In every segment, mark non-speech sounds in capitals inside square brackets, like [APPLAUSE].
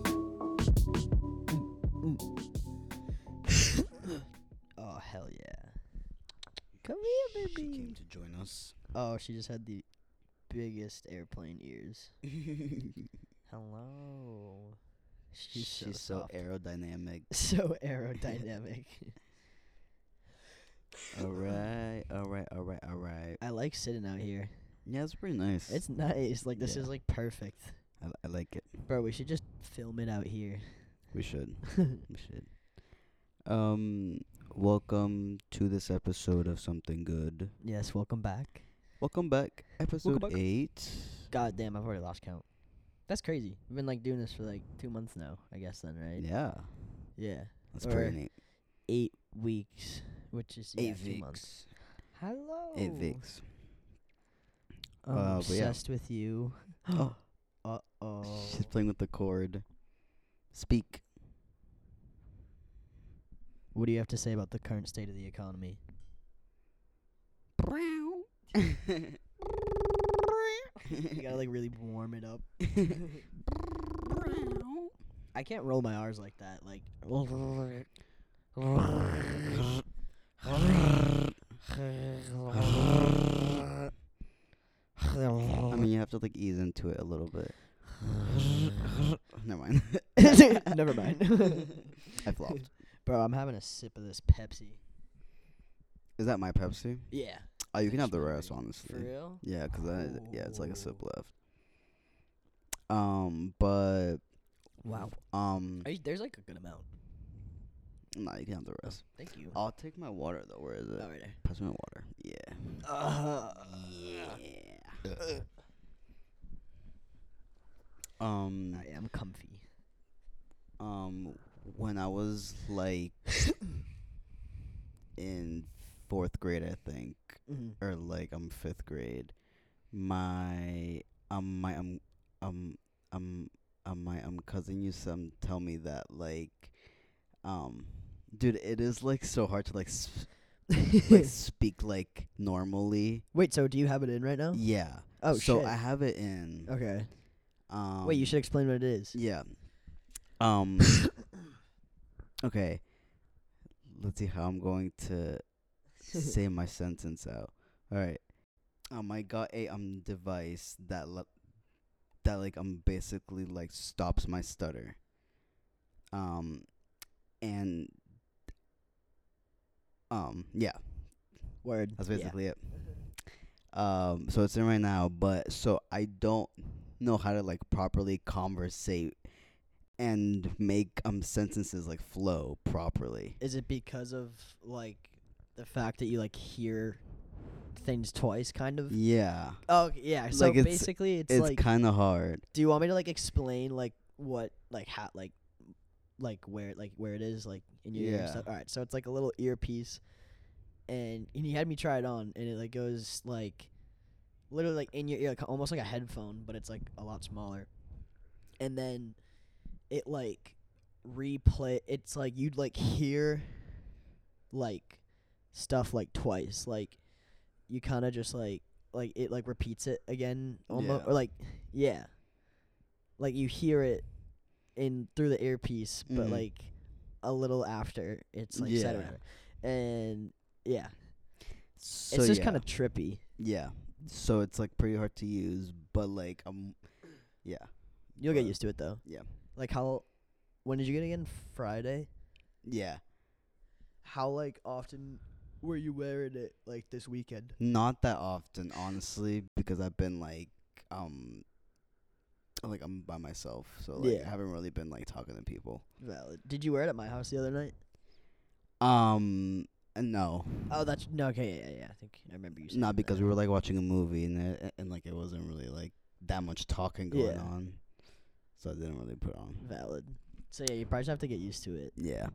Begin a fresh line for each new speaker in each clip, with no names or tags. Oh,
she came to join us. [LAUGHS]
Oh, she just had the biggest airplane ears. Hello. She's,
She's
so
so
soft.
[LAUGHS] aerodynamic.
[LAUGHS] so [LAUGHS] aerodynamic.
all right, all right, all right, all right.
I like sitting out here.
Yeah, it's pretty nice.
It's nice. Like this
Yeah.
is like perfect.
I, I like it.
Bro, we should just film it out here.
We [LAUGHS] should. we should. Um, welcome to this episode of Something Good.
yes, welcome back.
Welcome back, episode
back.
eight.
God damn, I've already lost count. That's crazy. We've been like doing this for like two months now, I guess then, right?
Yeah,
Yeah.
that's
Or
pretty neat.
Eight weeks. Which is yeah,
eight
two months.
Vicks.
Hello.
Eight Vicks.
I'm
Uh, but yeah.
obsessed with [GASPS] you.
Oh,
Uh oh.
she's playing with the cord. Speak.
What do you have to say about the current state of the economy?
[LAUGHS]
You gotta like really warm it up. I can't roll my R's like that. [LAUGHS] Like,
I mean, you have to like ease into it a little bit. Never mind.
[LAUGHS] never mind.
I flopped.
[LAUGHS] Bro, I'm having a sip of this Pepsi.
Is that my Pepsi?
Yeah.
Oh, you can have the
Actually,
rest, honestly.
For real?
Yeah, 'cause I yeah, it's like a sip
Oh.
left. Um, but
Wow.
um,
Are you, there's like a good amount.
nah, you can have the rest.
Thank you.
I'll take my water though. Where is it?
Alright.
Pass me my water. Yeah.
Uh,
Yeah. um.
I am comfy.
Um. When I was like in fourth grade, I think,
Mm. [LAUGHS]
or like I'm fifth grade, my um my um um um um my um cousin used to um, tell me that like um dude it is like so hard to like s-
[COUGHS]
like speak like normally
Wait, so do you have it in right now?
yeah
Oh,
so
shit.
I have it in
okay.
um
Wait, you should explain what it is. [LAUGHS]
[LAUGHS] yeah um okay let's see how I'm going
[LAUGHS]
to say my sentence out. All right. Um, I got a um device that lo- that like um basically like stops my stutter. Um, and um yeah,
Word.
that's
Yeah.
basically it. Um, so it's in right now, but so I don't know how to like properly conversate and make um sentences like flow properly.
Is it because of like the fact that you like hear things twice, kind of?
Yeah,
Oh okay, yeah. So
Like, it's-
basically, it's,
it's
like.
kind of hard.
do you want me to like explain like what like how like like where like where it is like in your ear
Yeah.
and stuff? All right. So it's like a little earpiece, and and he had me try it on, and it like goes like literally like in your ear, like almost like a headphone, but it's like a lot smaller, and then it like replay. It's like you'd like hear like stuff like twice, like you kind of just like like it like repeats it again almost
Yeah.
or like yeah like you hear it in through the earpiece but
Mhm.
like a little after it's like said or
Yeah.
whatever. and yeah
So
it's just
yeah.
kind of trippy
Yeah. So it's like pretty hard to use, but like um yeah.
you'll get
But-
used to it though
yeah.
like how when did you get it again friday
Yeah.
how like often were you wearing it like this weekend
Not that often, honestly, because I've been like um like I'm by myself, so like
Yeah.
I haven't really been like talking to people.
valid did you wear it at my house the other night
Um uh, no.
oh that's no okay yeah yeah, yeah. i think i remember you saying
Not because
that.
we were like watching a movie and it, and like it wasn't really like that much talking going
Yeah.
on. So I didn't really put on.
valid so yeah you probably just have to get used to it
Yeah.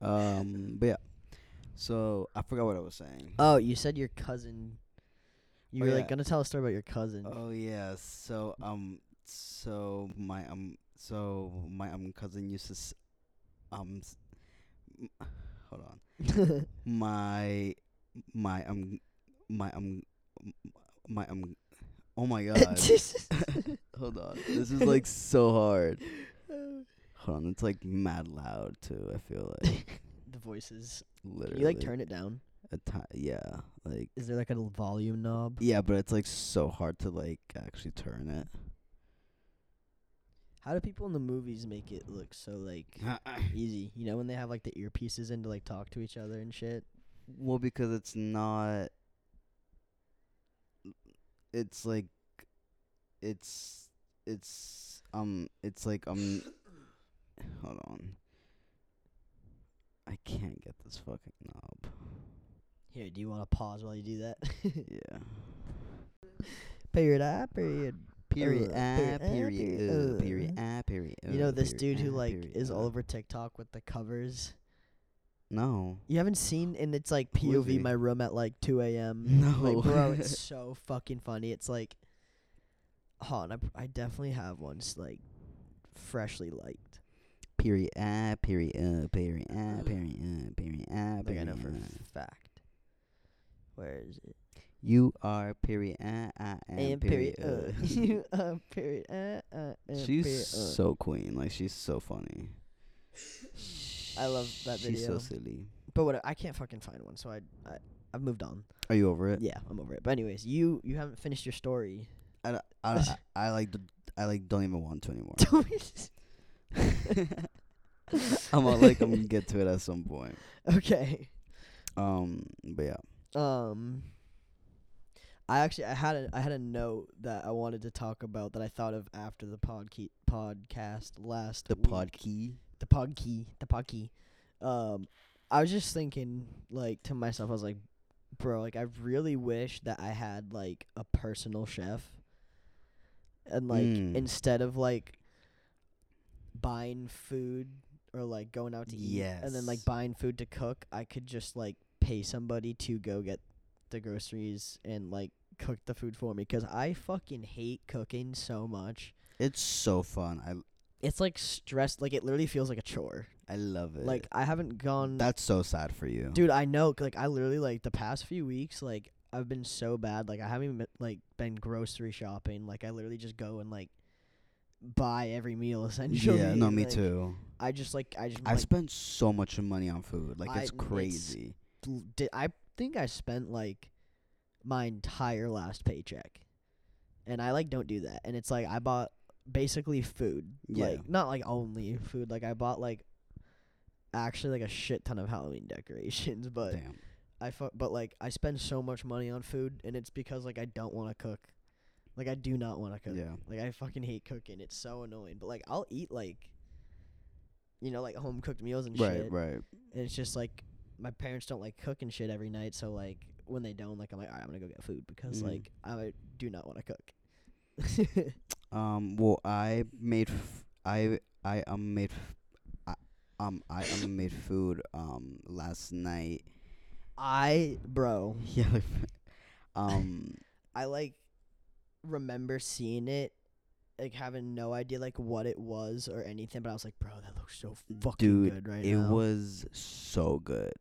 Um but yeah. So I forgot what I was saying.
Oh, you said your cousin. You
Oh,
were
yeah.
like gonna tell a story about your cousin.
Oh yeah, so um, so my um, so my um cousin used to s- um, s- m- hold on,
Oh. [LAUGHS]
my my um my um m- my um,
[LAUGHS]
oh my god, hold on, this is like so hard. Hold on, it's like mad loud too. I feel like
[LAUGHS] the voices.
literally.
Can you like turn it down?
a ti yeah, like
Is there like a volume knob?
yeah, but it's like so hard to like actually turn it.
How do people in the movies make it look so like easy? You know when they have like the earpieces in to like talk to each other and shit.
Well, because it's not. It's like, it's it's um it's like um. [COUGHS] Hold on. I can't get this fucking knob.
Here, do you want to pause while you do that? [LAUGHS]
Yeah.
period. Ah, period. uh,
Period.
period, ah, period,
Ah. Period. uh, Period.
uh.
Ah. Period.
You know
uh,
this
period,
dude who
ah,
like
period,
is
uh.
all over TikTok with the covers.
No.
You haven't seen, and it's like
Who is
POV
he?
my room at like 2 a.m.
No.
like, bro, it's so fucking funny. It's like, hot. I, I definitely have one s- like freshly liked.
Period. Ah. Period. Uh. Period. Ah. Period. Uh. Period. Ah.
Like I
Period.
know for
uh.
a fact. Where is it?
You are period. Ah. I am
And period. Uh, [LAUGHS] you uh, period. Uh, uh, and
[LAUGHS] She's
period, uh.
so queen. Like she's so funny.
I love that
She's so
video.
silly.
But what I can't fucking find one, so I, I I've moved on.
Are you over it?
Yeah, I'm over it. But anyways, you you haven't finished your story. [LAUGHS]
I, d- I, d- I, I like d- I like don't even want to anymore.
[LAUGHS] Don't we just-
[LAUGHS] I'm all like I'm gonna get to it at some point.
okay.
Um, but yeah.
Um. I actually I had a I had a note that I wanted to talk about that I thought of after the podke- podcast last
The
week.
pod key.
the pod key, the pod key. Um, I was just thinking, like to myself, I was like, bro, like I really wish that I had like a personal chef, and like
Mm.
instead of like buying food or like going out to eat, and then like
Yes.
buying food to cook, I could just like pay somebody to go get the groceries and like cook the food for me because I fucking hate cooking so much.
It's so fun. I
It's like stress, like it literally feels like a chore.
I love it.
Like I haven't gone,
that's so sad for you,
dude. I know. 'cause, Like I literally like the past few weeks, like I've been so bad. Like I haven't even like been grocery shopping. Like I literally just go and like buy every meal [LAUGHS] essentially.
Yeah, no, me
Like,
too.
I just like I just
I've
like,
spent so much money on food. Like
I-
it's
it's-
crazy.
l- did. I think I spent like my entire last paycheck, and I like don't do that. And it's like I bought basically food.
Yeah.
Like not like only food. Like I bought like actually like a shit ton of Halloween [LAUGHS] decorations, but.
Damn.
I fu- but like I spend so much money on food, and it's because like I don't want to cook. Like I do not want to cook.
Yeah.
Like I fucking hate cooking. It's so annoying. But like I'll eat like, you know, like home cooked meals and
Right.
shit.
Right.
And it's just like my parents don't like cook and shit every night, so like when they don't, like I'm like, all right, I'm gonna go get food because
Mhm.
like I do not want to cook. [LAUGHS]
Um. Well, I made. F- I I um made. F- I, um. I um made food. Um. Last night. [LAUGHS]
I bro,
Yeah. like, um.
I like remember seeing it. Like having no idea like what it was or anything, but I was like, bro, that looks so fucking
Dude,
good right
It
now.
was so good.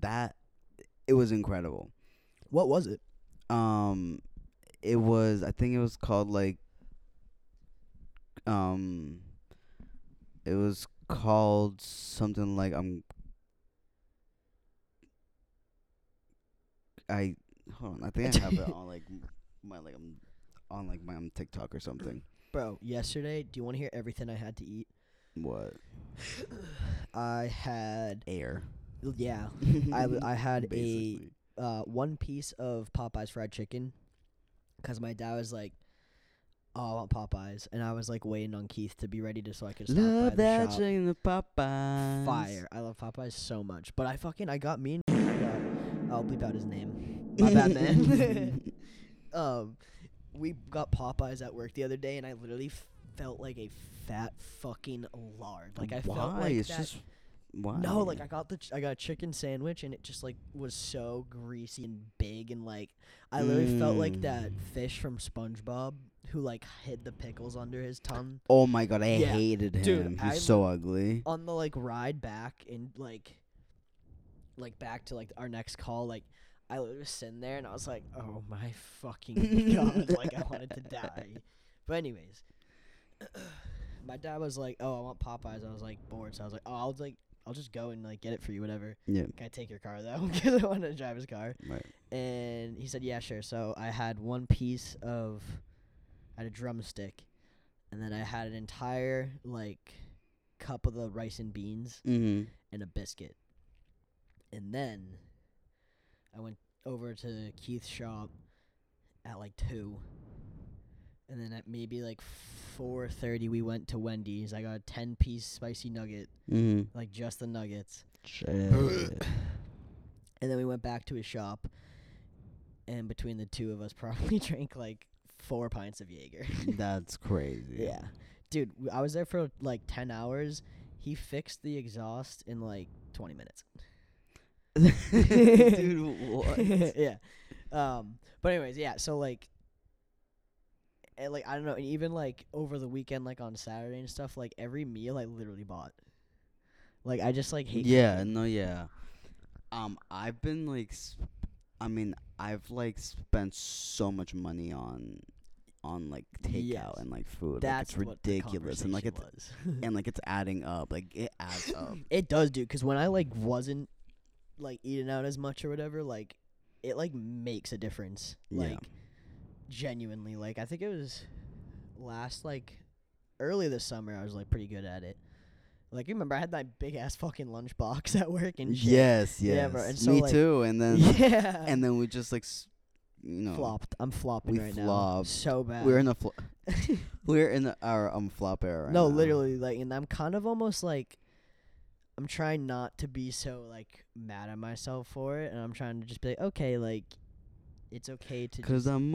That. It was incredible.
What was it?
Um. It was. I think it was called like. Um. It was called something like um, I'm. I hold on. I think I have it on like m- my like um on like my um, TikTok or something.
Bro, yesterday, do you want to hear everything I had to eat? [SIGHS]
What
I had
air? [LAUGHS]
yeah, I w- I had
Basically.
a uh, one piece of Popeyes fried chicken cuz my dad was like Oh, I want Popeyes, and I was like waiting on Keith to be ready to so I could stop by
Love
the
that
shop.
chicken the Popeyes. [LAUGHS]
Fire! I love Popeyes so much, but I fucking I got me. And uh, I'll bleep out his name.
[LAUGHS]
My bad, man. [LAUGHS] um, we got Popeyes at work the other day, and I literally felt like a fat fucking lard. Like I
why?
felt like
it's
that.
just why?
no, like I got the ch- I got a chicken sandwich, and it just like was so greasy and big, and like I literally felt like
Mm.
that fish from SpongeBob who like hid the pickles under his tongue.
Oh my god, I
Yeah.
hated him.
Dude,
He's
I
so ugly.
on the like ride back and like like back to like our next call like i literally was sitting there and i was like oh my fucking god like i wanted to die but anyways my dad was like oh i want popeyes i was like bored so i was like oh i'll like I'll just go and like get it for you, whatever.
Yeah.
Can I take your car though? [LAUGHS] Because I wanted to drive his car.
Right.
And he said, yeah, sure. So I had one piece of, I had a drumstick, and then I had an entire like cup of the rice and beans
Mm-hmm.
and a biscuit. And then I went over to Keith's shop at like two. And then at maybe like four thirty we went to Wendy's. I got a ten piece spicy nugget,
Mm-hmm.
like just the nuggets. [LAUGHS]
Shit.
And then we went back to his shop and between the two of us [LAUGHS] probably drank like four pints of Jaeger. [LAUGHS]
That's crazy.
Yeah. [LAUGHS] Dude, w- I was there for like 10 hours. He fixed the exhaust in like 20 minutes.
[LAUGHS] [LAUGHS]
[LAUGHS]
Dude, what?
yeah. Um, but anyways, yeah, so like and like I don't know, and even like over the weekend like on Saturday and stuff, like every meal I literally bought. Like I just like hate
yeah,
cooking.
no, yeah. Um, I've been like, sp- I mean, I've like spent so much money on, on like takeout
Yes.
and like food.
That's
like,
what
it's
the
ridiculous, and like it's
conversation was. [LAUGHS]
and like it's adding up. Like it adds up.
Um, It does, dude. Because when I like wasn't like eating out as much or whatever, like it like makes a difference.
Yeah.
Like genuinely, like I think it was last like early this summer. I was like pretty good at it. Like you remember, I had that big ass fucking lunchbox [LAUGHS] at work and shit.
Yes, yes.
Yeah, bro, and so,
Me
like-
too. And
[LAUGHS]
then
yeah.
and then we just like, s- you know,
flopped. I'm flopping
we
right now.
flopped.
So bad.
we're
[LAUGHS]
in a fl- we're in our um flop era. Right
no,
now.
literally, like, and I'm kind of almost like, I'm trying not to be so like mad at myself for it, and I'm trying to just be like, okay, like, it's okay to
Cause
just
I'm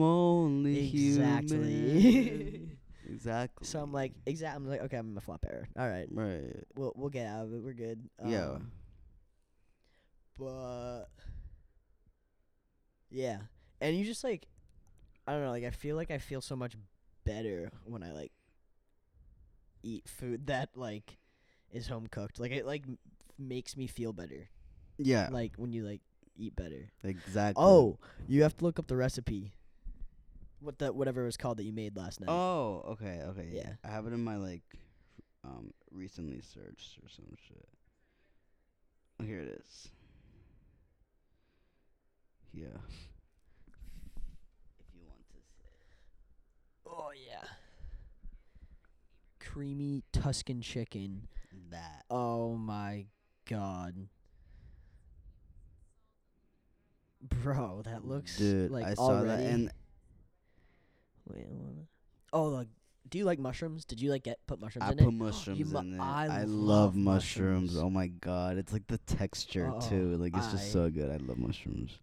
[LAUGHS]
only
exactly.
human. exactly.
so I'm like, exact. I'm like, okay, I'm in a flop error. All right,
right.
we'll we'll get out of it. We're good.
Yeah.
Um, But yeah, and you just like, I don't know. Like, I feel like I feel so much better when I like eat food [LAUGHS] that like is home cooked. Like it like m- makes me feel better.
Yeah.
Like when you like eat better.
exactly.
Oh, you have to look up the recipe. What the whatever it was called that you made last night.
Oh, okay, okay. Yeah.
Yeah.
I have it in my like um recently searched or some shit. Oh, Here it is. Yeah. If you want to
oh yeah. Creamy Tuscan chicken.
see that.
Oh my god. Bro, that looks
Dude,
like
I saw
already.
that and
Wait, I wanna- oh, like, do you like mushrooms? Did [GASPS] you like get put mushrooms
I
in it?
put mushrooms
mu-
in it.
I
I,
love
love mushrooms.
mushrooms.
Oh my god. It's like the texture
Oh,
too. Like it's
I-
just so good. I love mushrooms.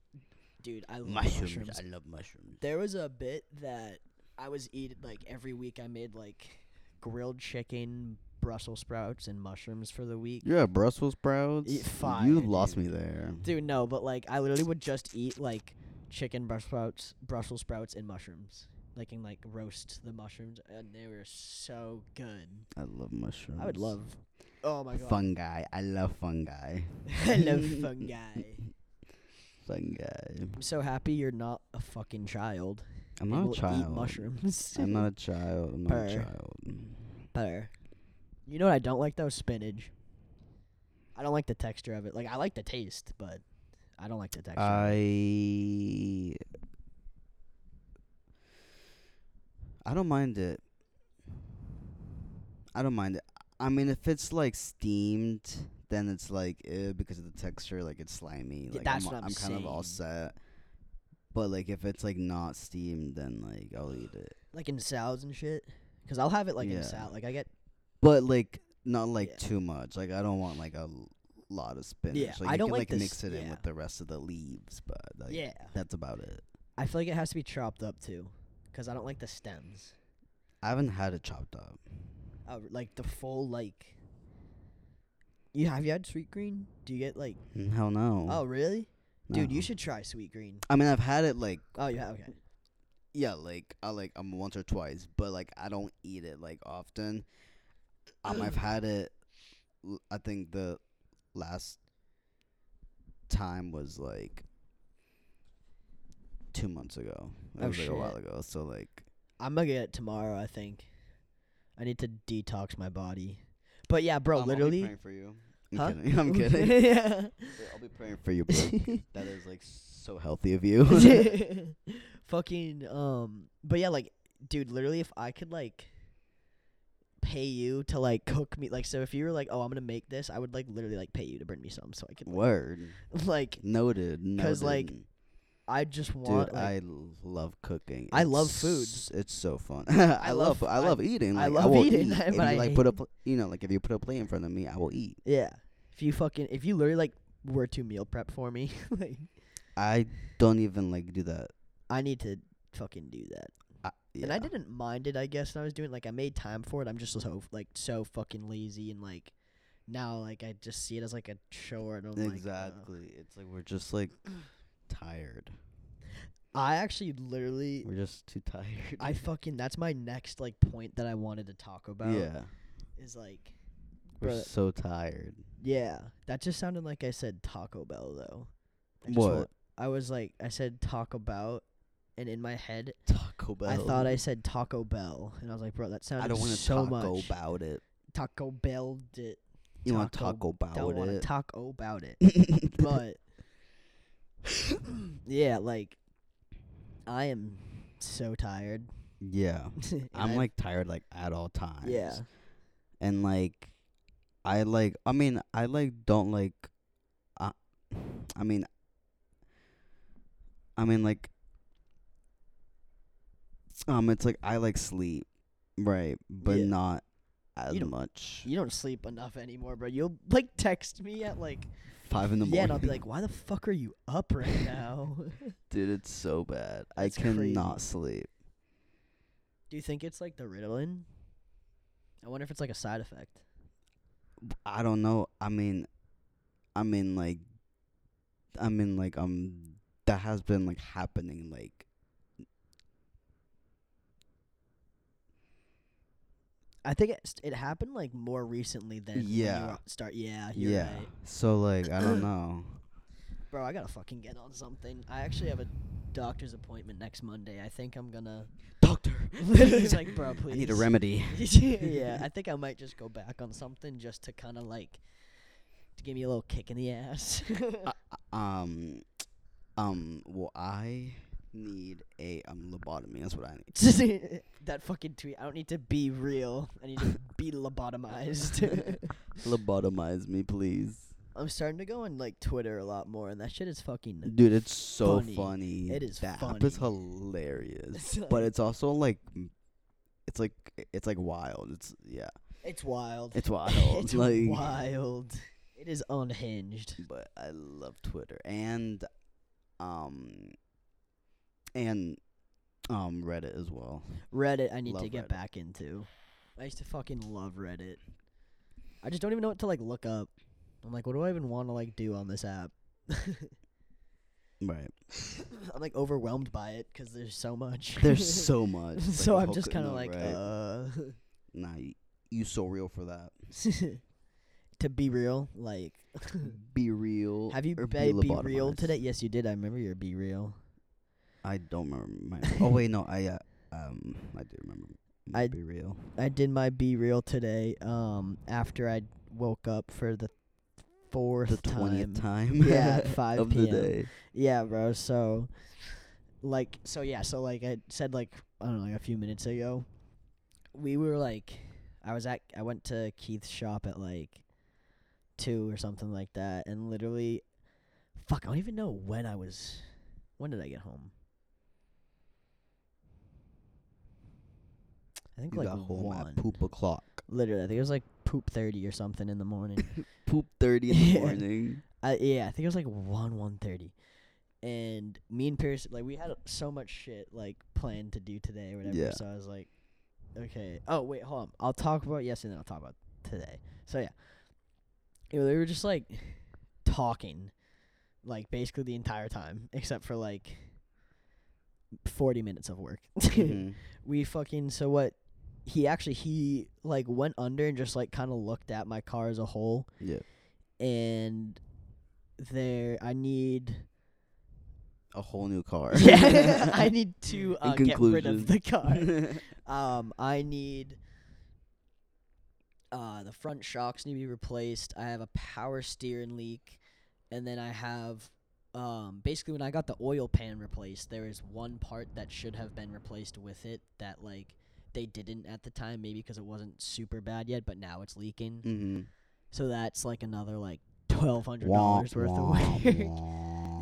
Dude, I love
Mushrooms.
mushrooms.
I love mushrooms.
There was a bit that I was eating like every week. I made like grilled chicken, Brussels sprouts, and mushrooms for the week.
Yeah, Brussels sprouts.
fire,
you lost
dude.
me there.
Dude, no, but like I literally would just eat like chicken Brussels sprouts, Brussels sprouts, and mushrooms. Like and like roast the mushrooms, and they were so good.
I love mushrooms.
I would love. Oh my god,
Fungi. I love fungi.
[LAUGHS] I
[LAUGHS]
love fungi.
Fungi.
I'm so happy you're not a fucking child.
I'm
and
not
will
a child.
Eat mushrooms.
[LAUGHS] I'm not a child. I'm not a
Burr.
child.
[LAUGHS] Butter. You know what I don't like though? Spinach. I don't like the texture of it. Like I like the taste, but I don't like the texture. of it.
I. I don't mind it. I don't mind it. I mean, if it's like steamed, then it's like ew, because of the texture, like it's slimy.
Yeah,
Like
that's
I'm,
what I'm
kind of all
saying.
set. But like, if it's like not steamed, then like I'll eat it.
like in salads and shit. Cause I'll have it like
Yeah.
in salad. Like I get.
But like not like
Yeah.
too much. Like I don't want like a l- lot of spinach.
Yeah,
like
I
you
don't
can
like
like
this-
mix it in
yeah.
with the rest of the leaves, but like
yeah.
that's about it.
I feel like it has to be chopped up too, cause I don't like the stems.
I haven't had it chopped up.
Uh, like the full like. You have you had sweet green? Do you get like?
Mm, Hell no.
Oh really? Dude,
no.
you should try sweet green.
I mean, I've had it like
Oh yeah. Okay.
yeah, like I like um once or twice, but like I don't eat it like often. Um, I've had it. l- I think the last time was like two months ago. It
Oh,
was like a while
shit.
ago. So like
I'm gonna get it tomorrow. I think. I need to detox my body. But yeah, bro,
um, I'll be
literally.
praying for you. I'm
Huh?
kidding. [LAUGHS]
[LAUGHS]
I'm kidding.
yeah.
I'll be praying for
[LAUGHS]
you, bro. that is like so healthy of you. [LAUGHS]
Fucking um but yeah, like dude, literally if I could like pay you to like cook me like so if you were like, "Oh, I'm going to make this," I would like literally like pay you to bring me some so I could like,
Word.
[LAUGHS] like
Noted. Noted.
'Cause, like, I just
Dude,
want
I
like,
l- love cooking.
I love
It's-
foods.
It's so fun. [LAUGHS] I,
I
love.
love-
I love eating.
I
Like,
love
will
eating, [LAUGHS]
eat.
but
If you,
I
like put a,
hate-
pl- you know, like if you put a plate in front of me, I will eat.
yeah. If you fucking if you literally like were to meal prep for me, [LAUGHS] like
I
[LAUGHS]
don't even like do that.
I need to fucking do that.
I, yeah.
And I didn't mind it, I guess. When I was doing like I made time for it. I'm just so like so fucking lazy and like now like I just see it as like a chore. And I'm like, "Ugh."
Exactly. it's like we're just like tired.
I actually literally
We're just too tired.
I fucking that's my next like point that I wanted to talk about.
[LAUGHS] yeah.
Is like
We're
bruh,
so tired.
yeah. That just sounded like I said Taco Bell though. I just
What?
wa- I was like I said talk about and in my head
Taco Bell.
I thought I said Taco Bell and I was like, bro, that sounded
I don't want to
so
taco
much.
about it.
[LAUGHS] Taco Bell it.
You want to
Taco-
taco about
Don't want to
it?
talk [LAUGHS] about
[LAUGHS]
it. but yeah, like I am so tired. [LAUGHS]
yeah.
And
I'm
I've-
like tired like at all times.
yeah,
and like I like I mean I like don't like I I mean I mean like um it's like I like sleep right but
Yeah.
not as
You don't-
much
you don't sleep enough anymore, bro. You'll like text me at like
five in the morning
yeah, and I'll be like, why the fuck are you up right now?
[LAUGHS]
[LAUGHS]
dude it's so bad I
That's crazy.
cannot sleep
Do you think it's like the Ritalin? I wonder if it's like a side effect.
I don't know I mean I mean like I mean like um that has been like happening like
I think it, it happened like more recently than when you
Yeah.
were- start. Yeah, you're
yeah
right.
so like
[CLEARS THROAT]
I don't know.
Bro, I gotta fucking get on something. I actually have a doctor's appointment next Monday. I think I'm gonna. [LAUGHS]
[LAUGHS] Doctor,
He's like, bro, please.
I need a remedy.
[LAUGHS] yeah, I think I might just go back on something just to kind of like to give me a little kick in the ass.
[LAUGHS]
[LAUGHS]
Um, um, well, I need a um lobotomy. That's what I need.
that fucking tweet. I don't need to be real. I need to be
[LAUGHS]
lobotomized.
Lobotomize me, please,
I'm starting to go on like Twitter a lot more, and that shit is fucking.
dude. It's so funny.
Funny. It is
that app
funny.
is
[LAUGHS]
hilarious,
It's
but
like-
it's also like, m- it's like it's like wild. It's yeah,
It's wild.
it's wild.
[LAUGHS] It's
like,
wild. It is unhinged.
but I love Twitter and um and um Reddit as well.
Reddit, I need to
Love
get
Reddit.
back into. I used to fucking love Reddit. I just don't even know what to like look up. I'm like, what do I even want to like do on this app? [LAUGHS]
Right.
I'm like overwhelmed by it because there's so much.
There's
[LAUGHS]
so much. It's like
so
a
I'm
whole
just
co-
kind of
no,
like,
right.
uh, [LAUGHS]
Nah, you, you so real for that.
[LAUGHS] to be real, like,
Be real.
have you
or
be, be real
lobotomized.
today? Yes, you did. I remember your be real.
I don't
[LAUGHS]
remember. My, oh wait, no, I uh, um, I do remember. my
I-
be real.
I did my be real today. Um, after I woke up for the fourth
The twentieth time.
Yeah, at 5
[LAUGHS] of the
p.m..
day.
Yeah, bro. So, like, so yeah, so like I said, like I don't know, like a few minutes ago, we were like, I was at, I went to Keith's shop at like two or something like that, and literally, fuck, I don't even know when I was. When did I get home? I think
You
like
got home
one.
at poop o'clock.
Literally, I think it was like poop thirty or something in the morning.
Poop thirty in the
[LAUGHS] Yeah.
morning.
I Uh, yeah, I think it was like one one thirty, and me and Pierce like we had so much shit like planned to do today or whatever.
Yeah.
So I was like, okay. Oh wait, hold on. I'll talk about yesterday. Then I'll talk about today. So yeah, you know, they were just like talking, like basically the entire time except for like forty minutes of work. [LAUGHS]
Mhm.
we fucking so what? He actually he like went under and just like kind of looked at my car as a whole
Yeah,
and there I need
a whole new car.
yeah, [LAUGHS]
[LAUGHS]
I need to
In
uh, get rid
[LAUGHS] conclusion.
of the car. um, I need uh, the front shocks need to be replaced. I have a power steering leak, and then I have um, basically when I got the oil pan replaced, there is one part that should have been replaced with it that like they didn't at the time, maybe because it wasn't super bad yet, but now it's leaking.
Mm-hmm.
So that's like another like twelve hundred dollars worth of work.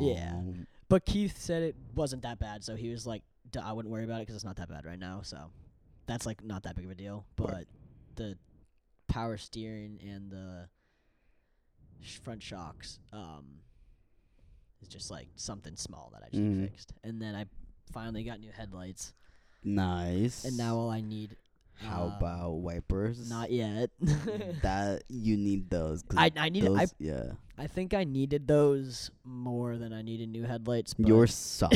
[LAUGHS] Yeah. But Keith said it wasn't that bad, so he was like, "Duh, "I wouldn't worry about it because it's not that bad right now." So that's like not that big of a deal. But
Right.
the power steering and the sh- front shocks um, is just like something small that I just
Mhm.
fixed. And then I finally got new headlights,
Nice.
and now all I need.
how
um,
about
[LAUGHS]
wipers?
Not yet.
that you need those. 'cause
I I needed
those,
I
yeah.
I think I needed those more than I needed new headlights. But [LAUGHS]
Yours suck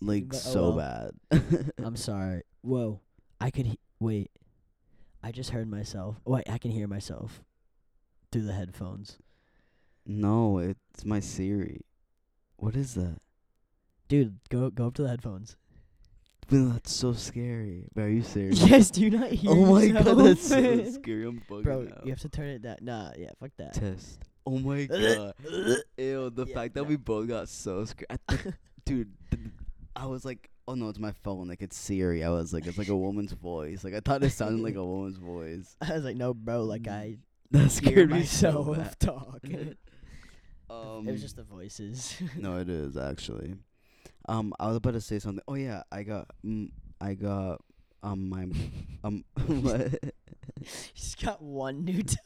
like
But oh
so
well. Um,
bad.
I'm sorry. Whoa. I could he- wait. I just heard myself. Wait, I can hear myself through the headphones.
[LAUGHS] no, it's my Siri. What is that?
Dude, go go up to the headphones.
Well, that's so scary. Bro, are
[LAUGHS]
you serious?
Yes, do not hear.
Oh my god, that's
[LAUGHS]
so
yourself.
scary. I'm bugging
Bro,
out.
you have to turn it down. Nah, yeah, fuck that.
test. Oh my god. Ew, the
Yeah,
fact that
no.
we both got so scared. Dude, th- I was like, oh no, it's my phone. Like, it's Siri. I was like, it's like a woman's voice. Like, I thought it sounded like a
[LAUGHS]
woman's voice.
[LAUGHS] I was like, no, bro. Like I
[LAUGHS] That
hear
scared me so [LAUGHS]
myself [LAUGHS]
bad.
talk. it
Um,
was just the voices. [LAUGHS]
no, it is actually. Um, I was about to say something. Oh yeah, I got, mm, I got, um, my, um, [LAUGHS] what,
She's got one new. T-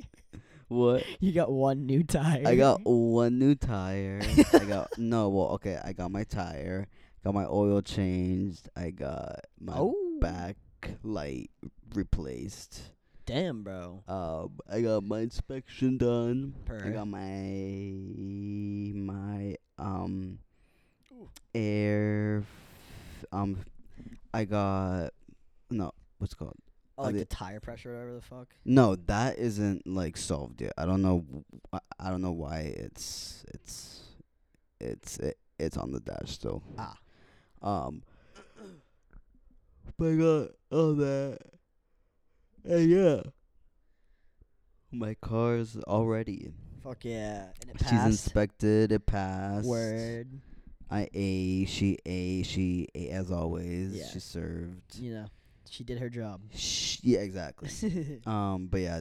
[LAUGHS]
what?
you got one new tire. [LAUGHS]
I got one new tire. I got [LAUGHS] no. Well, okay. I got my tire. Got my oil changed. I got my
oh
back light replaced.
Damn, bro.
Um, I got my inspection done. I
Purr.
got my my um
Ooh.
air. f- Um, I got no. What's it called?
Oh,
Oh,
like
the-
the tire pressure, or whatever the fuck.
No, that isn't like solved yet. I don't know. wh- I- I don't know why it's it's it's it, it's on the dash still.
Ah.
Um. But I got all that. And yeah. My car's already.
Fuck yeah, and it
She's
passed.
inspected. It passed.
Word,
I ate. She ate. She ate as always.
Yeah.
She served.
you know, she did her job.
Sh yeah exactly. Um, but yeah,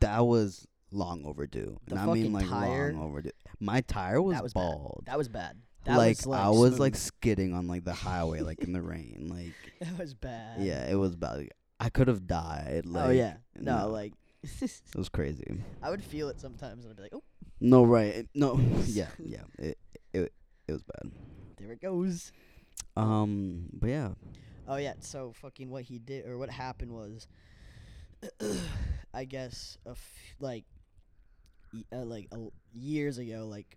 that was long overdue,
The
and I mean
fucking
like
tire-
long overdue. My tire was,
was bad.
bald.
[LAUGHS] that was bad. That
like,
was like
I was like
smooth.
skidding on like the highway, like in
[LAUGHS]
the rain. Like
that was bad.
yeah, it was bad. Like, I could have died. Like,
oh yeah. No,
no.
like [LAUGHS]
it was crazy.
I would feel it sometimes, and I'd be like, oh,
No right, it- no [LAUGHS] yeah yeah it it it was bad.
there it goes.
Um, but yeah,
Oh yeah. So fucking what he did or what happened was, I guess a f- like, y- uh, like a l years ago, like,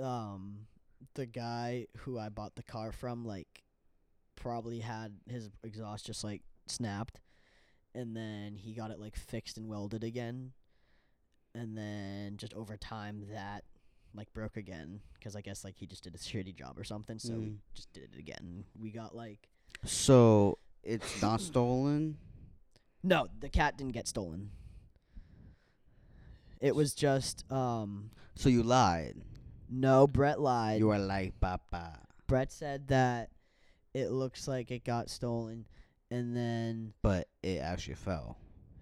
um, the guy who I bought the car from, like, probably had his exhaust just like snapped, and then he got it like fixed and welded again, and then just over time that. Like broke again because I guess like he just did a shitty job or something, so we
Mm.
just did it again. We got like
so
[LAUGHS]
it's not stolen.
No, the cat didn't get stolen. It was just um
So you lied.
no, Brett lied.
You were like Papa.
Brett said that it looks like it got stolen and then
But it actually fell.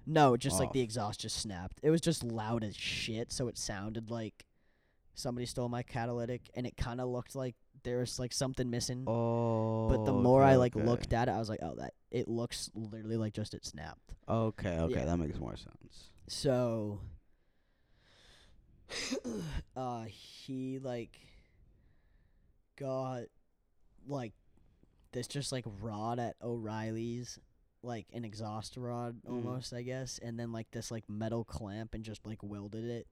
no, just like the
Off.
exhaust just snapped. It was just loud as shit, so it sounded like somebody stole my catalytic and it kind of looked like there was like something missing.
Oh.
But the more I like looked at it, I was like, "Oh, that it looks literally like just it snapped."
Okay, okay,
Yeah.
that makes more sense.
So [CLEARS THROAT] uh he like got like this just like rod at O'Reilly's like an exhaust rod
Mhm.
almost I guess and then like this like metal clamp and just like welded it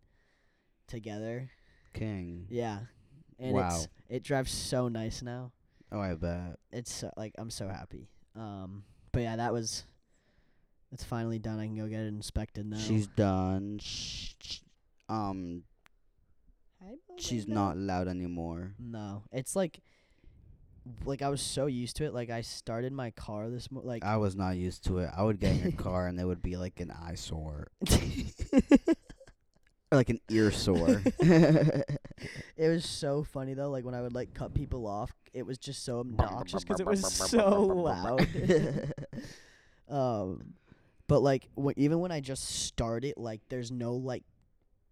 together.
King.
Yeah. And
Wow.
it's it drives so nice now.
Oh, I bet.
It's so, like I'm so happy. Um but yeah, that was it's finally done. I can go get it inspected now.
She's done. Sh- sh- um, she's not loud anymore.
No, it's like like I was so used to it. Like I started my car this mo- [LAUGHS] like
I was not used to it. I would get in your car and it would be like an eyesore, or
[LAUGHS]
like an ear sore.
It was so funny though. Like when I would like cut people off, it was just so obnoxious because it was so loud.
[LAUGHS]
um, but like wh- even when I just start it, like there's no like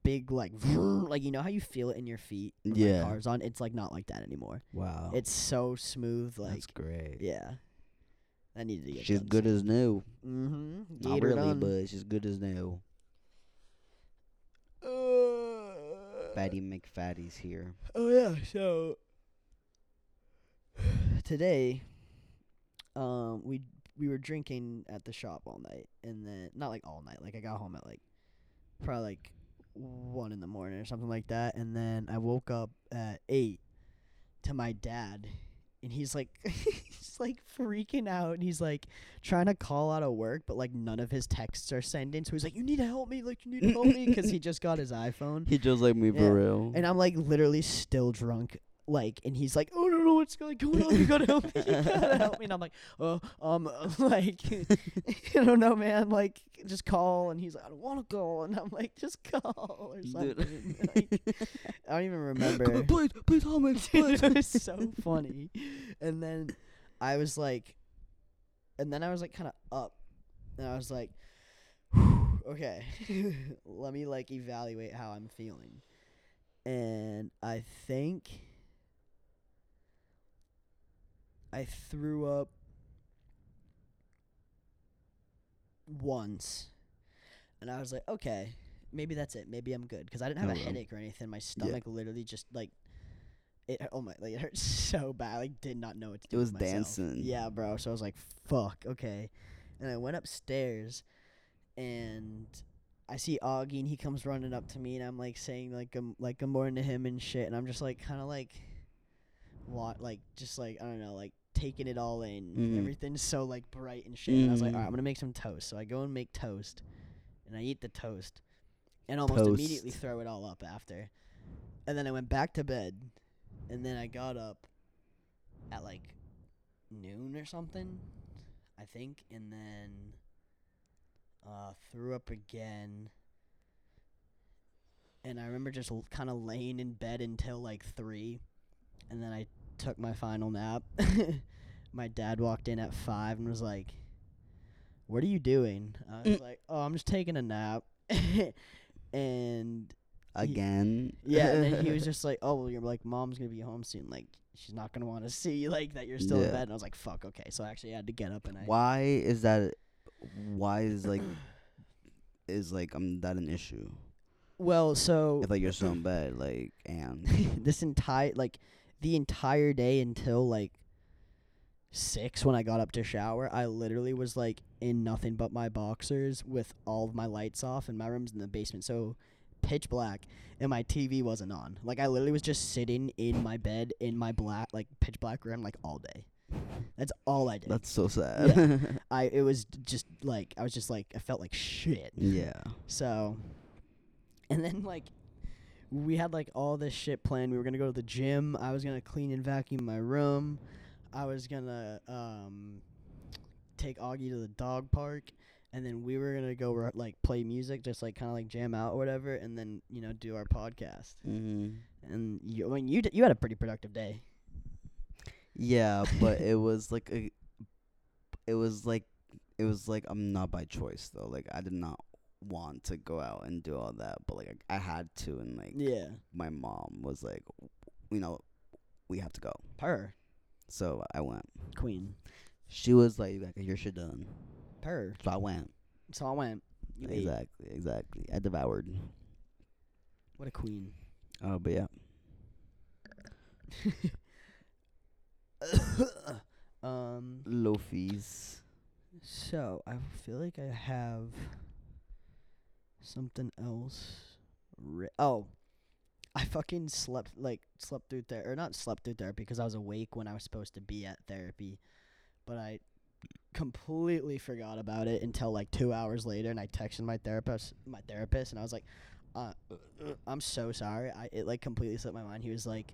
big like like you know how you feel it in your feet when like,
Yeah.
cars on. It's like not like that anymore.
[LAUGHS] wow,
It's so smooth. Like
that's great.
yeah, I needed to get.
She's good as new.
Mm-hmm.
Not really, but she's good as new.
Uh,
Fatty
[LAUGHS]
McFatty's here.
Oh yeah, so [SIGHS] today um we we were drinking at the shop all night and then not like all night, like I got home at like probably like one in the morning or something like that and then I woke up at eight to my dad and he's like [LAUGHS] he's like freaking out and he's like trying to call out of work but like none of his texts are sending so he's like you need to help me like you need to help me because he just got his iphone
He just like me
for Yeah,
real.
and I'm like literally still drunk. Like, and he's like, "Oh no, no, what's like, going on? You gotta help me! You gotta help me!" And I'm like, "Oh, um, [LAUGHS] like, I don't know, man. Like, just call." And he's like, "I don't want to call." And I'm like, "Just call or something." [LAUGHS] Like, I don't
[LAUGHS]
even remember.
please, please help me,
Dude, [LAUGHS] it was
[LAUGHS]
so funny. And then I was like, and then I was like kind of up, and I was like, [SIGHS] okay, [LAUGHS] let me like evaluate how I'm feeling. And I think I threw up once, and I was like, okay, maybe that's it. Maybe I'm good because I didn't have
Oh,
a
well.
headache or anything. My stomach literally just like it. Oh my! Like it hurt [LAUGHS] so bad. I like, did not know what to do. with
was
myself.
dancing.
Yeah, bro. So I was like, fuck, okay. And I went upstairs, and I see Augie, and he comes running up to me, and I'm like saying like um, like good morning to him and shit, and I'm just like kind of like, what like just like I don't know like taking it all in.
Mm.
Everything's so like bright and shit. And I was like,
Mm.
all right, I'm gonna make some toast. So I go and make toast, and I eat the toast, and almost immediately
Toast.
throw it all up after. And then I went back to bed, and then I got up at like noon or something, I think, and then uh, threw up again. And I remember just l- kind of laying in bed until like three, and then I took my final nap. [LAUGHS] my dad walked in at five and was like, "What are you doing?" I
Mm.
was like, "Oh, I'm just taking a nap." [LAUGHS] and
Again.
yeah, and
[LAUGHS]
then he was just like, "Oh, well, you're like mom's gonna be home soon. Like she's not gonna want to see you. Like that you're still in
Yeah.
bed." And I was like, "Fuck, okay." So I actually had to get up and I
Why is that? Why is like is like um that an issue?
well, so
If like you're so in bed, like and
[LAUGHS] this entire like the entire day until like six when I got up to shower, I literally was like in nothing but my boxers with all of my lights off, and my room's in the basement, so pitch black, and my TV wasn't on. Like I literally was just sitting in my bed in my black like pitch black room like all day. That's all I did.
that's so sad.
I it was just like I was just like I felt like shit.
[LAUGHS] Yeah.
So, and then like we had like all this shit planned. We were gonna go to the gym. I was gonna clean and vacuum my room. I was gonna um take Augie to the dog park, and then we were gonna go ri- like play music, just like kind of like jam out or whatever, and then you know do our podcast.
Mm-hmm.
And you, I mean, you d- you had a pretty productive day.
Yeah, but it was like a, it was like it was like I'm not by choice though. Like I did not want to go out and do all that, but like I, I had to, and like
Yeah,
my mom was like, you know, we have to go,
purr
so I went.
queen,
She was like, you gotta get your shit done,
purr.
so I went.
So I went. You ate.
Exactly, exactly. I devoured.
What a [COUGHS] queen.
Oh, but yeah.
um.
Lofies.
So I feel like I have something else. Ri- oh, I fucking slept like slept through therapy, or not slept through therapy because I was awake when I was supposed to be at therapy, but I completely forgot about it until like two hours later, and I texted my therapist, my uh, therapist, and I was like, uh, "I'm so sorry." I it like completely slipped my mind. He was like,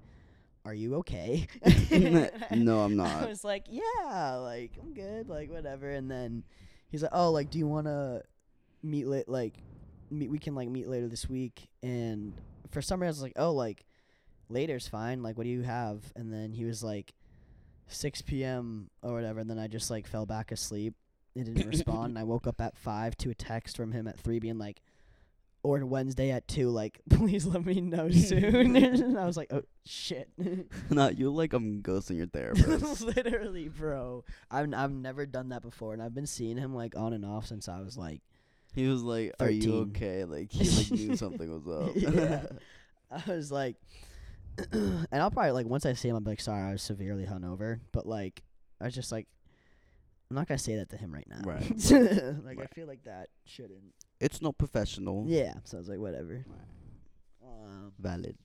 "Are you okay?"
[LAUGHS] no, [LAUGHS] I'm
[LAUGHS] I
not.
was like, "Yeah, like I'm good, like whatever." And then he's like, "Oh, like do you want to meet late? Like meet we can like meet later this week." And for some reason, I was like, "Oh, like later's fine. Like what do you have?" And then he was like, "6 p.m. or whatever." And then I just like fell back asleep. It didn't respond, and I woke up at five to a text from him at three, being like, "Or Wednesday at two, like [LAUGHS] please let me know soon." [LAUGHS] and I was like, "Oh shit." [LAUGHS]
no, you like I'm ghosting your therapist.
Literally, bro. I've n- I've never done that before, and I've been seeing him like on and off since I was like,
[LAUGHS]
[LAUGHS]
he was like, "Are you
13.
okay?" Like he like knew something was [LAUGHS] up.
yeah. I was like, [CLEARS THROAT] and I'll probably like once I see him, I'm like, sorry, I was severely hungover, but like I was just like, I'm not gonna say that to him right now.
Right.
[LAUGHS] like I
Right.
feel like that shouldn't.
it's not professional.
Yeah. So I was like, whatever.
Right.
Um,
Valid.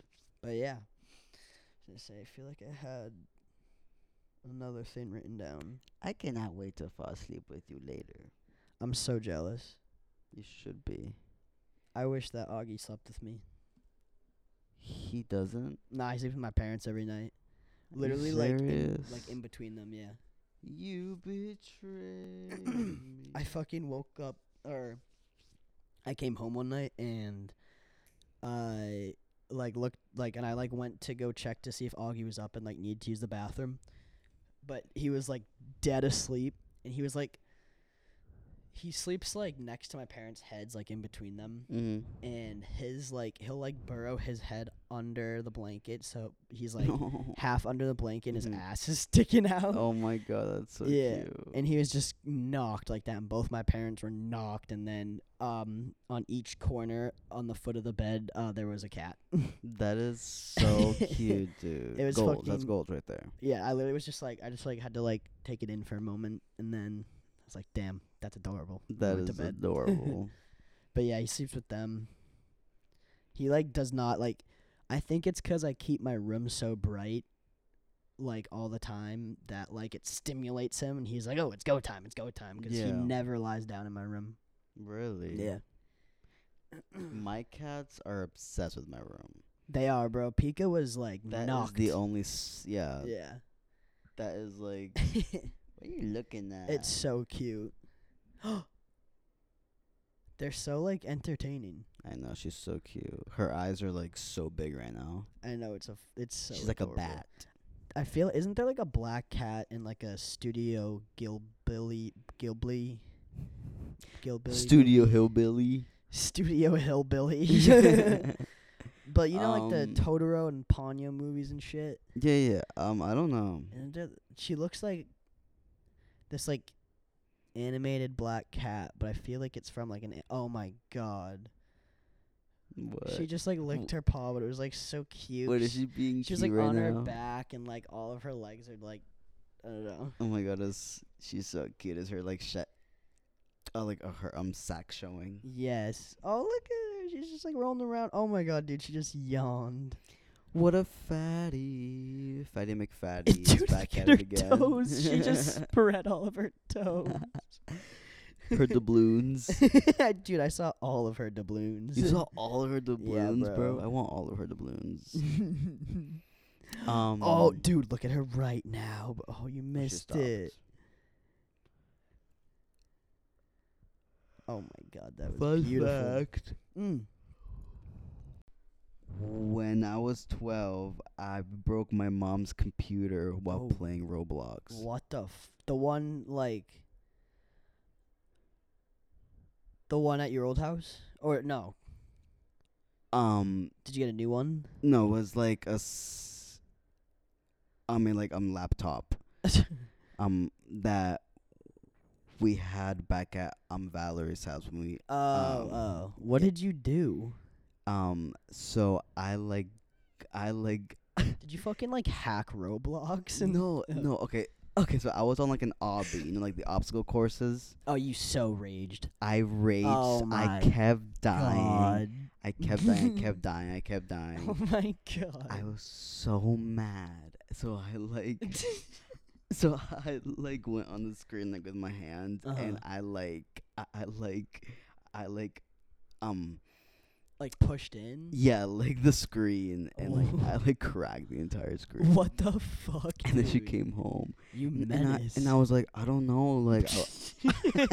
but yeah, I was gonna say I feel like I had another thing written down.
I cannot wait to fall asleep with you later.
I'm so jealous.
You should be.
I wish that Augie slept with me.
He doesn't.
Nah, I sleep with my parents every night.
Are you
Literally, like, in,
serious?
like in between them. Yeah.
You
[CLEARS THROAT]
betrayed me.
I fucking woke up, or I came home one night and I like looked like, and I like went to go check to see if Augie was up and like needed to use the bathroom, but he was like dead asleep, and he was like, he sleeps like next to my parents' heads, like in between them,
Mm.
and his like he'll like burrow his head under the blanket, so he's [LAUGHS] like. half under the blanket and his
Mhm.
ass is [LAUGHS] sticking out.
[LAUGHS] oh my god, that's so
Yeah,
cute.
And he was just knocked like that and both my parents were knocked and then um on each corner on the foot of the bed uh there was a cat. [LAUGHS]
that is so cute, dude.
It was
gold. That's
fucking-
gold right there.
yeah, I literally was just like I just like had to like take it in for a moment and then I was like, damn, that's adorable. and
That
went
is
to bed. [LAUGHS]
adorable.
But yeah, he sleeps with them. He like does not like. I think it's 'cause I keep my room so bright, like all the time that like it stimulates him, and he's like, "Oh, it's go time! It's go time!" 'Cause he
Yeah.
never lies down in my room.
really? My cats are obsessed with my room.
they are, bro. Pika was like
That is
knocked.
the uh, only. S- yeah,
yeah,
That
[LAUGHS]
is like.
it's
What are you looking at?
so cute. [GASPS] They're so like entertaining.
I know she's so cute. Her eyes are like so big right now.
I know it's a f- it's so
she's like a
adorable.
bat.
I feel isn't there like a black cat in like a studio Gilbilly Gilbly Gilbilly [LAUGHS]
Studio hillbilly. [LAUGHS]
Studio Hillbilly. [LAUGHS] but you know like
Um,
the Totoro and Ponyo movies and shit.
Yeah, yeah. Um, I don't know.
And there- she looks like this like animated black cat, but I feel like it's from like an a- oh my god.
What?
She just like licked her paw, but it was like so cute.
what is she being?
She was like
cute right
on her
now?
back and like all of her legs are like I don't know.
Oh my god, is she's so cute? Is her like shit? Oh, like uh, her um sack showing.
Yes. Oh, look at her. She's just like rolling around. Oh my god, dude, she just yawned.
What a fatty, fatty [LAUGHS] McFatty is
dude,
back
[LAUGHS] look
at
at her
it again.
toes. She just spread all of her toes.
[LAUGHS]
[LAUGHS]
her [LAUGHS] doubloons.
dude, I saw all of her doubloons.
You saw all of her doubloons, bro.
bro.
I want all of her [LAUGHS] doubloons. Um.
[LAUGHS] oh, dude, look at her right now. B- Oh, you
she
missed
stopped.
it. Oh my god, that was
Fun
beautiful.
fact:
Mm.
When I was twelve, I broke my mom's computer while
Oh.
playing Roblox.
What the f- the one like the one at your old house or no?
Um.
Did you get a new one?
No, it was like a. S- I mean, like um, laptop. [LAUGHS] Um, that we had back at um Valerie's house when we
oh,
Um,
oh. What
yeah.
did you
[LAUGHS]
do?
um. So I like,
[LAUGHS]
I like.
Did you fucking like hack Roblox and
No, no. Okay, okay. So I was on like an obby, you know, like the obstacle courses.
Oh, you so raged.
I raged.
Oh my
I kept dying.
God.
I kept
[LAUGHS]
dying. I kept dying. I kept dying.
Oh my god.
I was so mad. So
[LAUGHS]
I like so I like went on the screen like with my hands
Uh-huh.
and I like I, I like I like um
like pushed in.
Yeah, like the screen, and like
[LAUGHS]
I
Oh.
like cracked the entire screen.
What the fuck?
And then she
dude?
came home,
You
and I,
menace.
and I was like, I don't know, like.
[LAUGHS]
oh.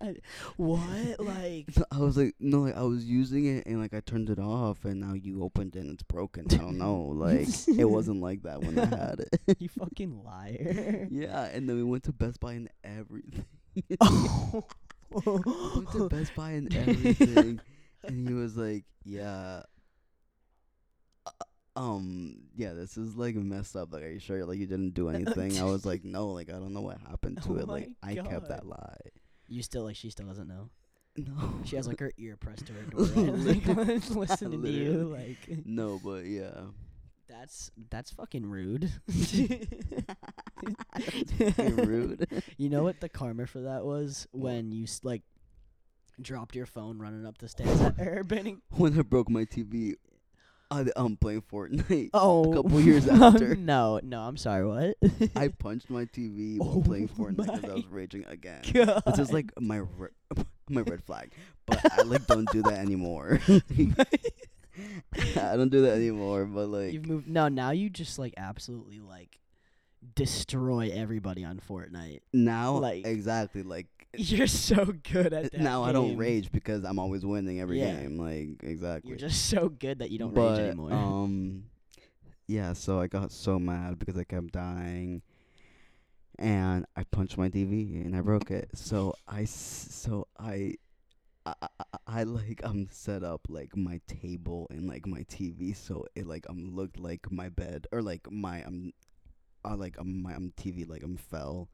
I-
what? Like,
I was like, no, like I was using it and like I turned it off and now you opened it and it's broken. I
[LAUGHS]
don't know, like it wasn't like that when I had it.
you fucking
[LAUGHS]
liar.
yeah, and then we went to Best Buy and
[LAUGHS]
everything. [LAUGHS]
Oh.
We went to Best Buy
[LAUGHS]
and everything, and he was like, yeah. uh, Um, yeah, this is like messed up. Like, are you sure? Like, you didn't
[LAUGHS]
do anything? I was like, no, like, I don't know what happened to
Oh
it. Like,
my
I kept that
God.
lie. [LAUGHS]
You still like she still doesn't know.
No,
She has like her ear pressed to her door. [LAUGHS] Right? Like,
Literally.
listening to you,
Literally.
like
[LAUGHS] no, but
[LAUGHS]
yeah.
that's that's fucking rude. [LAUGHS]
You're rude. [LAUGHS]
You know what the karma for that was when you s- like dropped your phone running up the stairs
[LAUGHS]
at Urban. and-
when I broke my TV, I, I'm playing Fortnite.
[LAUGHS] Oh,
couple years
no,
after.
no, no, I'm sorry. What? [LAUGHS]
I punched my TV while playing
Oh
Fortnite because I
my
was raging again.
God.
This is like my re- [LAUGHS] my red
[LAUGHS]
flag, [LAUGHS] Uh, but I like don't do that anymore. [LAUGHS] I don't do that anymore. But like,
You've moved. No, now you just like absolutely like destroy everybody on Fortnite.
now,
like-
exactly like
[LAUGHS] You're so good at that.
now I don't
game.
rage because I'm always winning every
Yeah.
game. Like exactly.
You're just so good that you don't
but,
rage anymore. [LAUGHS]
Um, yeah, so I got so mad because I kept dying, and I punched my TV and I broke it. So I, s- so I, I, I, I- I like um set up like my table and like my TV, so it like um looked like my bed or like my um, uh, like um my um TV like um fell,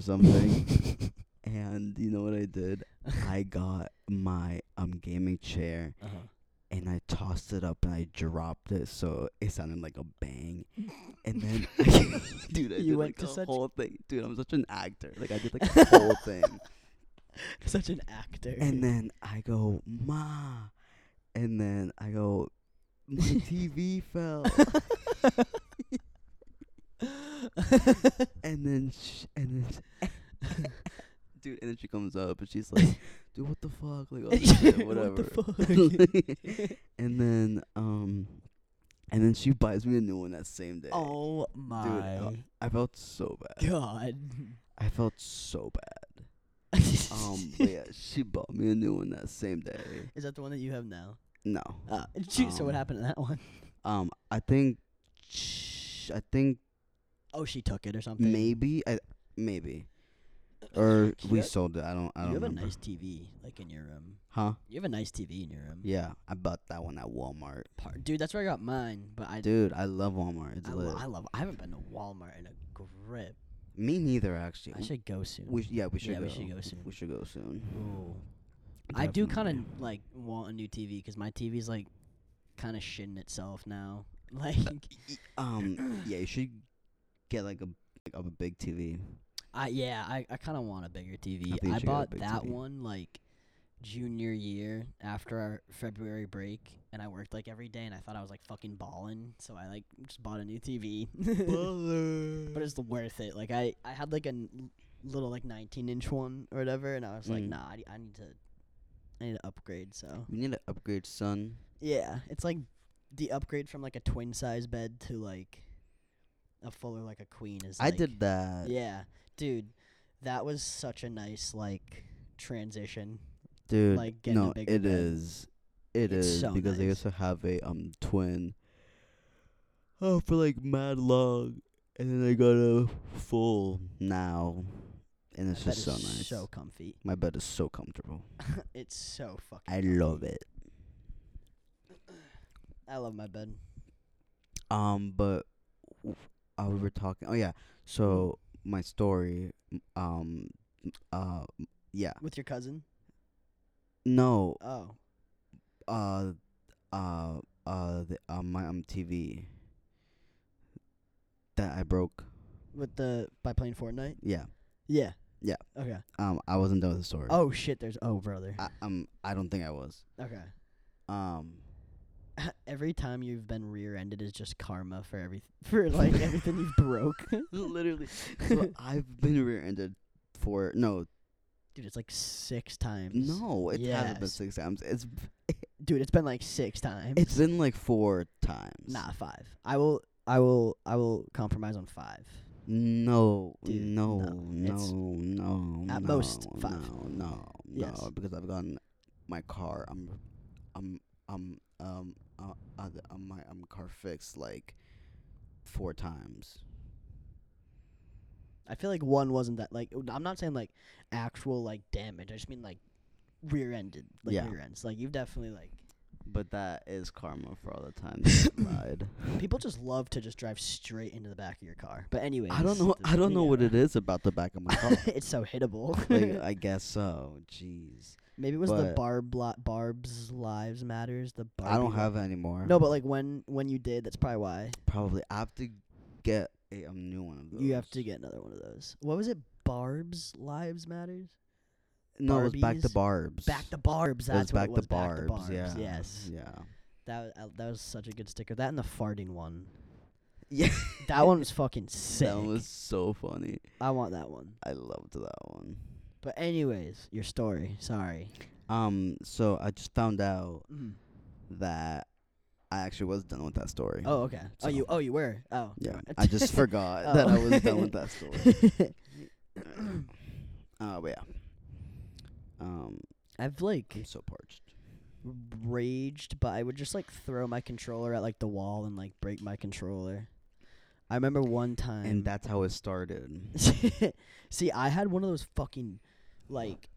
[LAUGHS]
something. and you know what I did? I got my um gaming chair
Uh-huh.
and I tossed it up and I dropped it, so it sounded like a bang. And
[LAUGHS]
then, I, [LAUGHS] dude, I
You
did
went
like
to
the
such-
whole thing. Dude, I'm such an actor. Like I did like
[LAUGHS]
[LAUGHS] the whole thing.
Such an actor.
And
[LAUGHS]
then I go, ma, and then I go, my [LAUGHS] TV fell.
[LAUGHS]
And then, sh- and then, sh- dude, and then she comes up and she's [LAUGHS] like, dude, what the fuck? [LAUGHS] Like all this shit, whatever.
What
[LAUGHS]
the fuck?
and then, um, and then she buys me a new one that same day.
[LAUGHS] oh my
uh, I felt so bad.
god.
I felt so bad.
[LAUGHS]
Um, but yeah, she bought me a new one that same day.
Is that the one that you have now?
No,
Uh, shoot, so what
Um,
happened to that one?
um, I think, sh- I think
Oh, she took it or something.
maybe, I maybe, or
You
we
got-
sold it. I don't, I
You have
don't remember.
a nice TV, like in your room.
huh?
You have a nice TV in your room.
Yeah, I bought that one at Walmart.
Par- Dude, that's where I got mine. But I,
Dude, I love Walmart. It's
I,
lit.
lo- I love. I haven't been to Walmart in a grip.
Me neither, actually.
I should go soon.
We sh- yeah, we should
yeah,
go.
we should go soon.
We should go soon.
Ooh. I do kind
Definitely.
of like want a new TV because my TV's like kind of shitting itself now. [LAUGHS] Like [CLEARS THROAT]
Um, yeah, you should get like a like a big TV.
I yeah, I, I kind of want a bigger TV.
think you
I,
should get a
bought
big
that
TV.
one like junior year after our February break, and I worked like every day, and I thought I was like fucking balling, so I like just bought a new [LAUGHS] TV. [LAUGHS] but it's worth it. Like I I had like a n- little like 19 inch one or whatever, and I was like,
Mm.
nah, I, I need to I need to upgrade. So
You need to upgrade, son.
Yeah, it's like the upgrade from like a twin size bed to like a fuller like a queen is.
I
like-
did that,
Yeah, dude, that was such a nice like transition.
dude.
like, getting a
no,
bigger
it
bed.
is, it
It's
is
so
because I
nice.
used to have a um twin. Oh, for like mad long, and then I got a full now, and it's
That
just so
is
nice.
so comfy.
My bed is so comfortable.
it's so fucking.
I love it.
I love my bed.
Um, but w- uh, we were talking. Oh yeah, so
Mm-hmm.
my story. m- Um, m- uh, m- yeah.
With your cousin?
No.
Oh,
Uh, uh, uh, the, uh my um TV that I broke.
with the by playing Fortnite?
Yeah.
Yeah.
Yeah.
Okay.
Um, I wasn't done with the story.
Oh shit! There's oh brother.
I, um, I don't think I was.
okay. [LAUGHS]
Um.
Every time you've been rear-ended is just karma for every [LAUGHS] for like everything you've
[LAUGHS]
broke.
Literally. So I've been rear-ended for no,
Dude, it's like six times.
no. It hasn't been
Yes.
six times. It's
dude, it's been like six times.
It's been like four times.
nah five. I will, I will, I will compromise on five.
No,
Dude,
no,
no,
no,
it's
no,
at
no,
most five.
No, no, no,
Yes.
because I've gotten my car. I'm, I'm, um, um, uh, uh, the- uh, my um car fixed like four times.
I feel like one wasn't that like. oh, I'm not saying like actual like damage. I just mean like rear-ended, like
Yeah.
rear ends. Like you've definitely like
But that is karma for all the times
[LAUGHS]
I've lied.
people just love to just drive straight into the back of your car. But anyway,
I don't know. I
[LAUGHS]
don't know what it is about the back of my car.
it's so hittable. [LAUGHS]
[LAUGHS] like, I guess so. Jeez,
Maybe it was the
but-
Barb li- Barb's Lives Matters. The Barbie
I don't
li-
have it anymore.
No, but like when when you did, that's probably why
probably I have to get a um, new one of those.
you have to get another one of those. What was it? Barb's Lives Matters.
No, it was back to
Barbies?
barbs.
Back to Barb's.
It was
That's
back
what
to
it was.
barbs.
back to Barb's.
Yeah.
Yes.
Yeah.
That was, uh, that was such a good sticker. That and the farting one.
Yeah.
[LAUGHS] That
[LAUGHS]
one was fucking sick.
That was so funny.
I want that one.
I loved that one.
But anyways, your story. Sorry.
Um, so I just found out
Mm.
that I actually was done with that story.
Oh okay. Oh
So-
you oh you were. Oh [LAUGHS]
Yeah.
alright.
I just forgot
Oh.
that I
[LAUGHS]
was done with that story.
[CLEARS THROAT]
Uh, but yeah. Um,
I've like
I'm so parched.
raged, but I would just like throw my controller at like the wall and like break my controller. I remember one time
And that's how it started.
[LAUGHS] See, I had one of those fucking like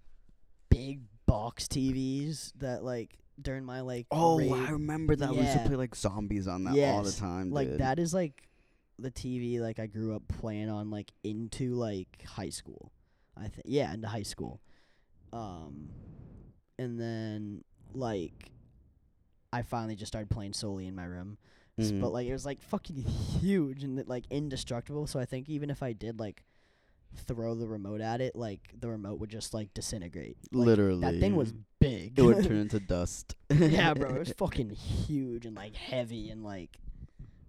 big box TVs that like during my like
Oh,
rave-
I remember that. We used to
Yeah.
play like zombies on that all the
Yes,
time.
like
dude.
that is like the TV like I grew up playing on like into like high school. I think yeah, into high school. Um and then like I finally just started playing solely in my room. S-
Mhm.
but like it was like fucking huge and like indestructible. So I think even if I did like throw the remote at it, like the remote would just like disintegrate. Like,
literally
that thing was big.
[LAUGHS] It would
[LAUGHS]
turn into dust. [LAUGHS]
yeah, bro, it was fucking huge and like heavy and like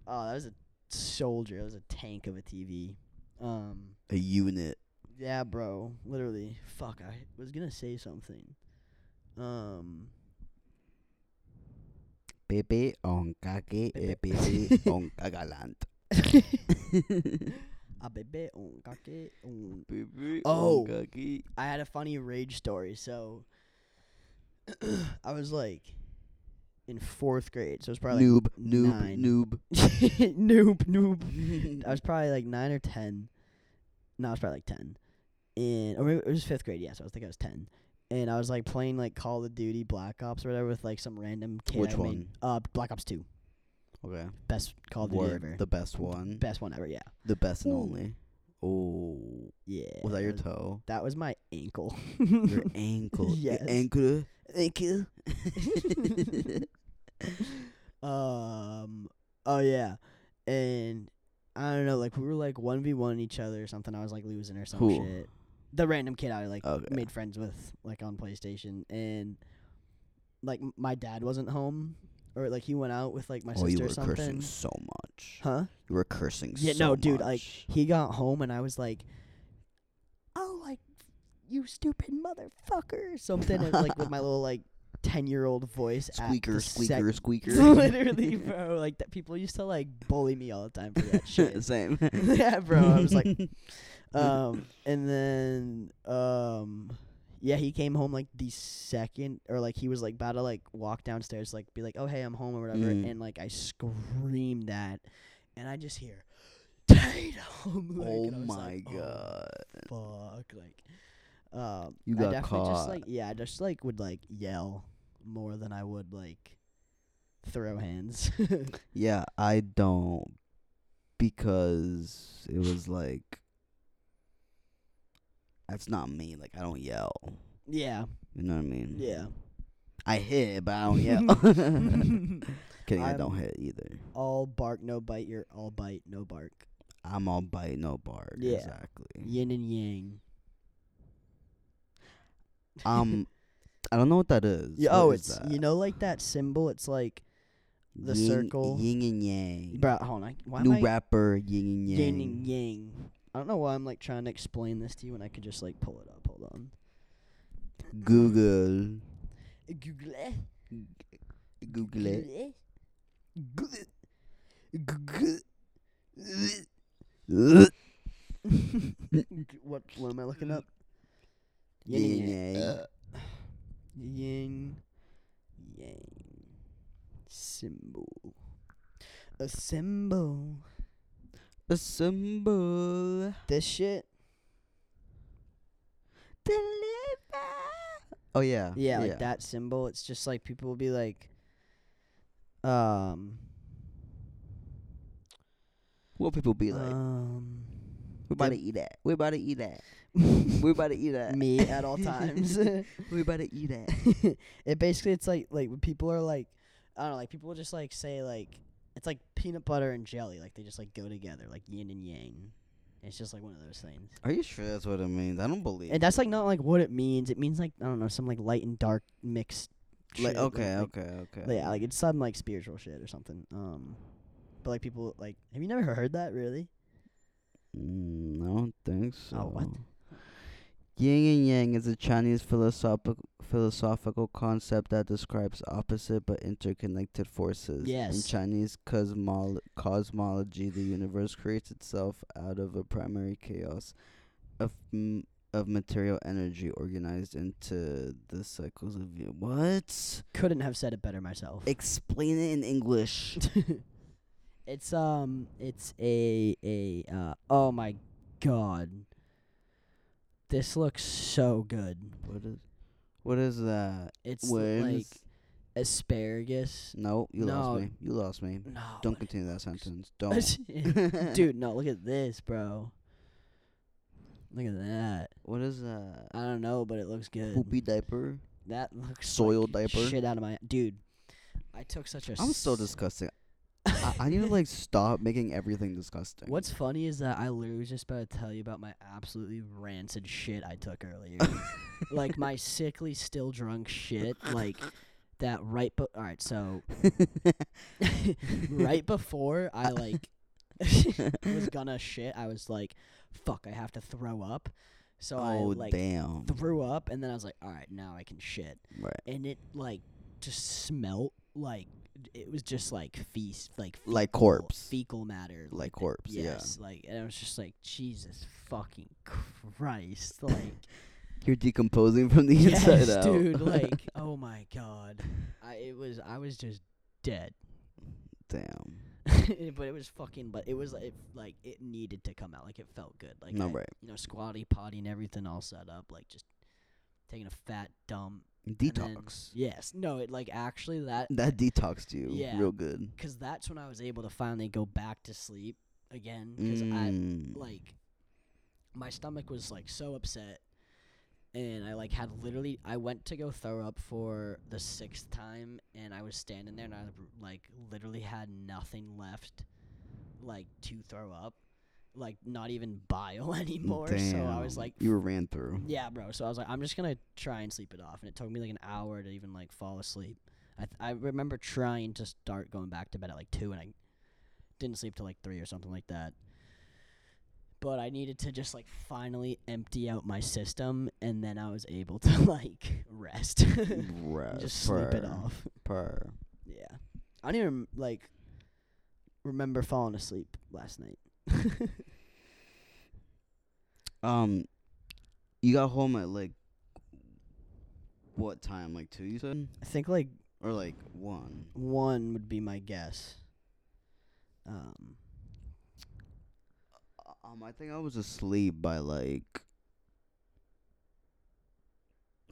oh, that was a soldier. That was a tank of a TV. Um,
a unit.
yeah, bro, literally. Fuck, I was gonna say something. Um,
Pepe on cake,
[LAUGHS] Pepe.
eh, Pepe on cagalant.
[LAUGHS] a bebe un kake un
Pepe
Oh.
cake.
I had a funny rage story. So [CLEARS THROAT] I was like in fourth grade, so it was probably
Noob,
like
noob,
nine. [LAUGHS]
noob.
noob, noob. I was probably like nine or ten. No, I was probably like ten, and or maybe it was fifth grade. Yes, I was think I was ten, and I was like playing like Call of Duty Black Ops or whatever with like some random kid.
Which
I made.
one?
Uh, Black Ops Two,
Okay.
best Call of Duty
Word,
ever,
the best one.
best one ever. Yeah,
The best and
Ooh.
only. Oh.
yeah.
Was that your
That was,
toe?
that was my ankle.
Your ankle.
Yes.
Your ankle.
[LAUGHS] Thank you. [LAUGHS] um. Oh yeah, and I don't know. Like we were like one v one each other or something. I was like losing or some
Who?
shit. The random kid I like
Okay.
made friends with like on PlayStation and like m- my dad wasn't home or like he went out with like my
oh, you
sister
were
or something.
cursing so much.
Huh?
You were cursing
Yeah,
so
no, dude, like,
much.
He got home and I was like, "Oh, like you stupid motherfucker," or something and, like with my little like ten year old voice. at
Squeaker,
the sec-
squeaker,
[LAUGHS]
squeaker.
Literally,
[LAUGHS]
bro. Like that, people used to like bully me all the time for that shit.
[LAUGHS] Same.
[LAUGHS] yeah, bro. I
[LAUGHS]
was like, [LAUGHS]
Mm-hmm.
um, and then, um, yeah, he came home like the second, or like he was like about to like walk downstairs, like be like, oh hey, I'm home or whatever,
Mm.
and like I screamed that, and I just hear Tatum. [LAUGHS] like,
oh
and I was
my
like,
god.
Oh, fuck, like, um,
You
I
got
definitely just
caught.
like yeah, I just like would like yell more than I would like throw hands. [LAUGHS]
Yeah, I don't because it was like that's not me. Like I don't yell.
yeah,
You know what I mean?
yeah.
I hit, but
[LAUGHS]
I don't yell. [LAUGHS] Kidding, I don't
I'm-
hit either.
all bark, no bite. You're all bite, no bark.
I'm all bite, no bark.
Yeah.
Exactly.
Yin and yang.
Um, I don't know what that is.
Yeah,
What
oh,
is
it's you
that?
know like that symbol. It's like, the
Yin-
circle.
yin and yang.
bro, hold on. Why
New
am I
rapper, yin and yang.
yin and yang? I don't know why I'm like trying to explain this to you when I could just like pull it up. Hold on.
Google.
Google.
Google
[LAUGHS]
it.
What what am I looking up?
Yin and
Yang.
Uh, yin yang symbol. A symbol.
A symbol.
This shit.
Deliver. Oh yeah.
Yeah, like that symbol. It's just like people will be like, um,
What people be like? [LAUGHS]
um,
we about to eat that. We about to eat that. we
dip-
about to eat
[LAUGHS]
that.
me at all
[LAUGHS]
times.
we about to eat
[LAUGHS]
that.
it basically it's like like when people are like I don't know, like people just like say like it's like peanut butter and jelly, like they just like go together, like yin and yang. It's just like one of those things.
Are you sure that's what it means? I don't believe.
And that's like not like what it means. It means like I don't know, some like light and dark mixed
it. like
shit,
okay,
like,
okay, okay.
But yeah, like it's some like spiritual shit or something. Um, but like people like, have you never heard that really?
Mm, I don't think so.
Oh, what?
Yin and yang is a Chinese philosophic, philosophical concept that describes opposite but interconnected forces. In
Yes.
Chinese cosmol- cosmology, the universe creates itself out of a primary chaos of m- of material energy organized into the cycles of you. What?
Couldn't have said it better myself.
[LAUGHS] Explain it in English.
it's um, it's a a uh. Oh my god, this looks so good.
what is? What is that?
It's
Where
like
is-
asparagus.
No, you
No.
lost me. You lost me.
No, [LAUGHS]
Don't
what is-
continue that sentence.
[LAUGHS]
Don't. [LAUGHS]
dude. No, look at this, bro. Look at that.
What is that?
I don't know, but it looks good.
Poopy diaper?
That looks
Soil
Uh, like
diaper?
Shit out of my dude. I took such a.
I'm so
s-
disgusting. I, I need to
[LAUGHS]
like stop making everything disgusting. [LAUGHS]
What's funny is that I literally was just about to tell you about my absolutely rancid shit I took
[LAUGHS]
earlier, like my sickly, still drunk shit, like that right. But all right, so [LAUGHS]
Oh,
right before I like [LAUGHS] was gonna shit, I was like, "Fuck, I have to throw up." So I
oh
like
damn!
threw up, and then I was like, "All right, now I can shit."
Right.
and it like just smelt like it was just like feast like fecal,
Like corpse.
fecal matter
Like corpse.
yes like and I was just like Jesus fucking
[LAUGHS]
Christ like
Yeah. You're decomposing from the
yes
inside out,
dude like oh my god I it was I was just dead
[LAUGHS]
[LAUGHS]
damn.
but it was fucking but it was like it, like it needed to come out like it felt good like
no
I-
right.
you know squatty potty and everything all set up like just taking a fat dump and then-
Detox.
yes no it like actually that
that detoxed you
Yeah.
real good.
because that's when I was able to finally go back to sleep again. Because I
Mm.
like my stomach was like so upset, and I like had literally I went to go throw up for the sixth time, and I was standing there and I like literally had nothing left, like to throw up, like not even bile [LAUGHS] anymore. So I was
Mm. Damn.
like.
you were ran through.
Yeah, bro. So I was like, I'm just gonna try and sleep it off, and it took me like an hour to even like fall asleep. I th- I remember trying to start going back to bed at like two, and I didn't sleep till like three or something like that. But I needed to just like finally empty out my system, and then I was able to [LAUGHS] like rest, and
[LAUGHS] Bruh,
just sleep it
purr,
off.
purr.
Yeah, I don't even like remember falling asleep last night. [LAUGHS]
Um, you got home at like what time? Like two, you said,
I think like
or like one?
one would be my guess. Um.
Um, I think I was asleep by like.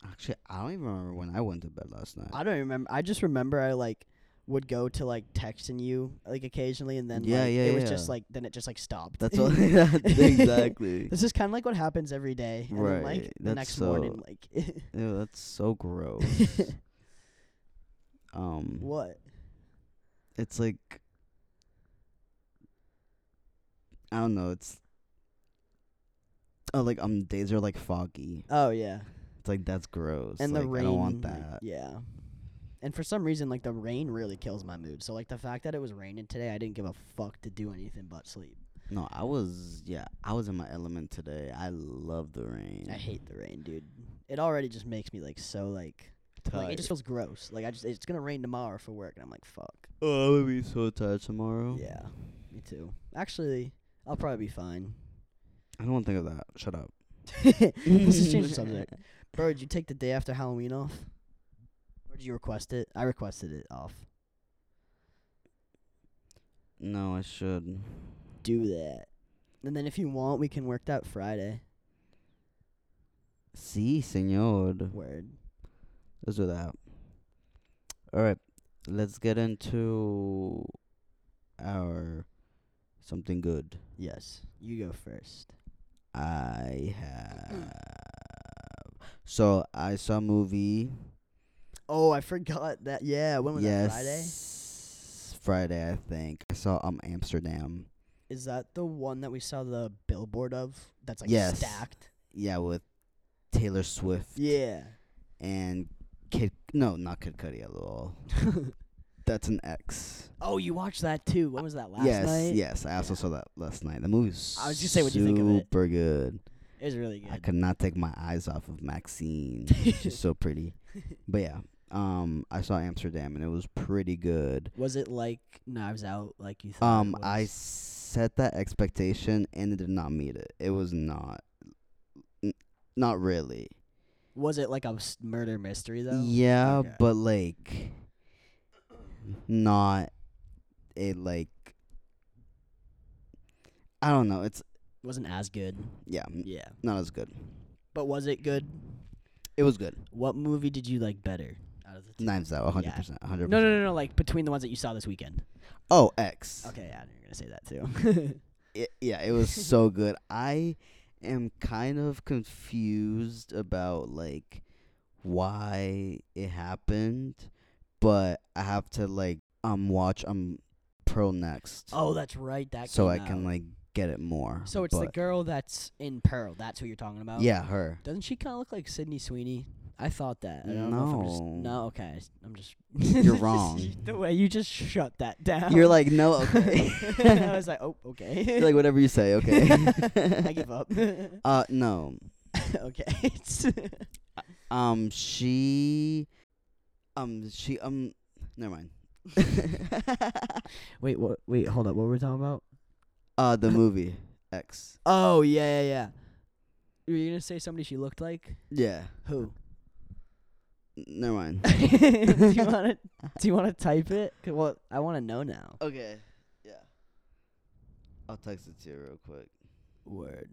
Actually, I don't even remember when I went to bed last night.
I don't remember. I just remember I like would go to like texting you like occasionally, and then
Yeah,
like,
yeah,
it was
yeah.
just like then it just like stopped. [LAUGHS]
[LAUGHS] That's [LAUGHS] what that's exactly.
this is kind of like what happens every day, and then, like
Right,
the
that's
next
so-
morning, like [LAUGHS]
Ew, that's so gross. um,
what?
it's like I don't know. It's oh, like um, days are like foggy.
Oh yeah,
It's like that's gross.
and the
Like,
rain.
I don't want
like,
that.
Yeah, and for some reason, like the rain really kills my mood. So like the fact that it was raining today, I didn't give a fuck to do anything but sleep.
No, I was yeah, I was in my element today. I love the rain.
I hate the rain, dude. It already just makes me like so like
tired.
Like, it just feels gross. Like I just it's gonna rain tomorrow for work, and I'm like, fuck.
oh, I'm gonna be so tired tomorrow.
Yeah, me too. Actually, I'll probably be
[LAUGHS]
fine.
I don't want to think of that. Shut up.
[LAUGHS] Let's just
[LAUGHS]
change the subject. Bro, did you take the day after Halloween off? Or did you request it? I requested it off.
No, I should.
Do that. And then if you want, we can work that Friday.
Si, señor.
Word.
Let's do that. All right, let's get into our something good.
Yes. You go first.
I have. So I saw a movie.
Oh, I forgot that. Yeah, when was that? Friday?
yes, Friday? I think I saw um Amsterdam.
Is that the one that we saw the billboard of? That's like
Yes.
stacked.
Yeah, with Taylor Swift
Yeah. [LAUGHS]
and Kid. No, not Kid Cudi at all. That's an X.
oh, you watched that too. When was that last
yes,
night?
yes. I also
Yeah.
saw that last night. The movie's
I was just saying, what'd you think of it?
Super good.
It was really good.
I could not take my eyes off
[LAUGHS]
of Maxine. She's so pretty. But yeah, um, I saw Amsterdam and it was pretty good.
was it like Knives Out, like you thought?
Um,
it
I
was?
set that expectation and it did not meet it. It was not, n- not really.
was it like a s- murder mystery though?
Yeah,
Okay.
but like, not a like. I don't know. It's
wasn't as good.
yeah, n-
Yeah,
not as good.
but was it good?
It was good.
What movie did you like better out of the two?
Knives out,
Yeah.
hundred percent, hundred
No,
percent.
no, no, no. Like between the ones that you saw this weekend.
Oh, X.
Okay, yeah, you're gonna say that
[LAUGHS]
too.
it, yeah, it was so good. I am kind of confused about like why it happened, but I have to like um watch um Pearl next,
oh, that's right. That
so I
came
can
out.
like get it more.
So it's the
but-
girl that's in Pearl. That's who you're talking about. [LAUGHS]
Yeah, her.
Doesn't she kind of look like Sydney Sweeney? I thought that. I don't know if I'm just-
No.
no. Okay. I'm just. [LAUGHS]
You're wrong.
the way you just shut that down.
You're like no,
[LAUGHS]
okay.
I was like, oh, okay.
You're like whatever you say, okay.
[LAUGHS] I give up.
[LAUGHS]
[LAUGHS]
uh, no.
okay. [LAUGHS]
Um, she, um, she, um, never mind.
wait, what? Wait, hold up. What were we talking about?
Uh,
[LAUGHS]
the movie X.
Oh yeah, yeah, yeah. Were you gonna say somebody she looked [LAUGHS] like?
Yeah.
Who?
Never mind.
do [LAUGHS] you want to? Do you want to type it? 'Cause, well, I want to know now.
Okay. Yeah. I'll text it to you real quick.
Word.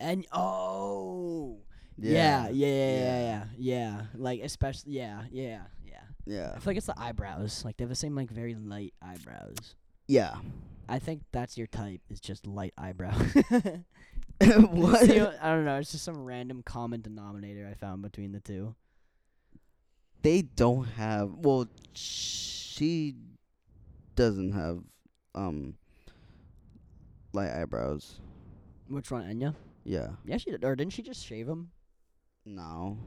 and oh. Yeah, yeah, yeah, yeah, yeah, yeah. Like especially, yeah, yeah, yeah. I
Yeah.
feel like it's the eyebrows. Like they have the same, like very light eyebrows.
Yeah.
I think that's your type. It's just light eyebrow. [LAUGHS]
what?
You know, I don't know. It's just some random common denominator I found between the two.
[LAUGHS] They don't have. Well, she doesn't have um light eyebrows.
Which one, Enya?
Yeah.
Yeah, she did. Or didn't she just shave them?
No.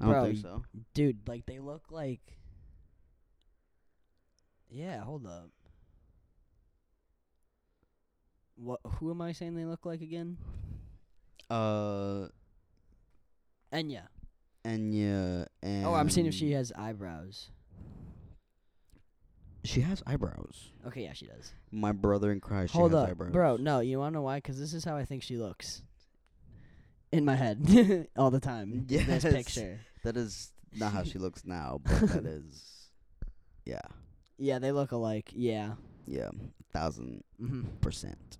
I don't
Bro,
think
y-
so.
Dude, like they look like. Yeah, hold up. What? Who am I saying they look like again?
Uh,
Enya.
Enya and
Oh, I'm seeing if she
Um,
has eyebrows.
She has eyebrows.
Okay, yeah, she does.
My brother in Christ.
Hold
she has
up,
eyebrows.
bro. No, you wanna know why? 'Cause this is how I think she looks. In my head, [LAUGHS] all the time.
[LAUGHS]
is
Yes.
This picture.
That is not how she looks now,
[LAUGHS]
but that is, yeah,
Yeah, they look alike. Yeah.
yeah, thousand
Mm-hmm.
percent.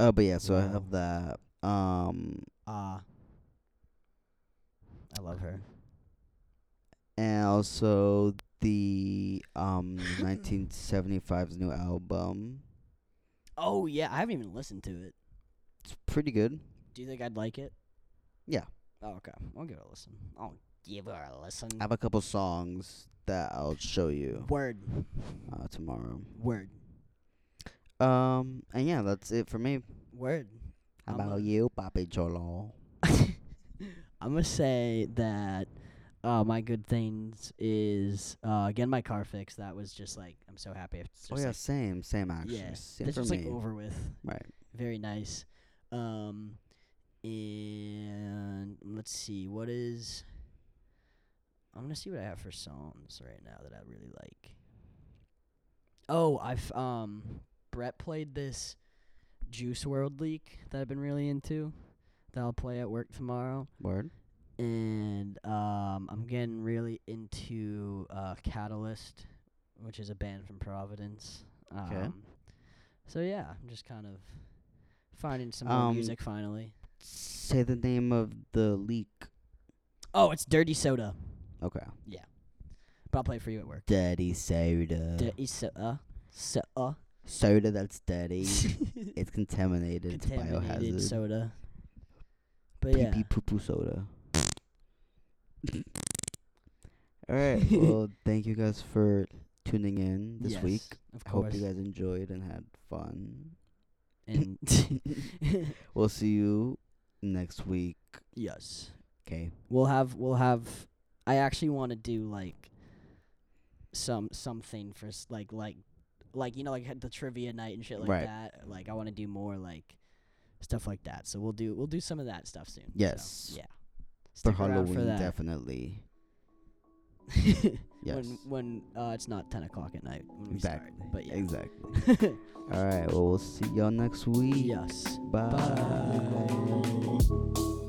Uh, but yeah, so I
Wow.
have that. Um,
Ah. I love her.
and also the
[LAUGHS]
um 1975's new album.
Oh yeah, I haven't even listened to it.
It's pretty good.
Do you think I'd like it?
Yeah.
Oh, okay. I'll give it a listen. I'll give her a listen.
I have a couple songs that I'll show you
Word.
uh, tomorrow.
Word.
Um, and yeah, that's it for me.
Word.
How
I'm
about
a-
you, Papi Cholo?
[LAUGHS] I'm gonna say that uh, my good things is uh, getting my car fixed. That was just like I'm so happy. It's
Oh
just,
yeah,
like,
same, same actually.
yeah.
Same
this
for
was
me.
like over with.
Right.
Very nice. Um, and let's see, what is? I'm gonna see what I have for songs right now that I really like. Oh, I've um, Brett played this Juice World leak that I've been really into. That I'll play at work tomorrow
Word.
and um, I'm getting really into uh, Catalyst, which is a band from Providence. Um,
'Kay.
So yeah, I'm just kind of finding some more
Um,
music finally.
Say the name of the leak.
Oh, it's Dirty Soda,
Okay.
but I'll play it for you at work.
Dirty soda.
Dirty Soda, soda,
soda that's
[LAUGHS]
dirty. [LAUGHS] it's contaminated. It's
contaminated
biohazard.
soda. But
pee
yeah,
pee poo
[LAUGHS]
poo soda. All right.
[LAUGHS]
Well, thank you guys for tuning in this
yes,
week.
Of
I hope
course.
you guys enjoyed and had fun. [LAUGHS]
and [LAUGHS]
We'll see you next week.
yes.
Okay.
We'll have we'll have. I actually want to do like some something for s- like like like you know like had the trivia night and shit like
Right.
that. Like I want to do more like stuff like that. So we'll do we'll do some of that stuff soon. So,
Yes.
yeah.
For
Stick around
Halloween,
for that.
definitely. Yes.
[LAUGHS] when when uh, it's not ten o'clock at night. When we
exactly.
Start. But yeah.
Exactly.
[LAUGHS]
All right. Well, we'll see y'all next week.
yes.
Bye.
Bye.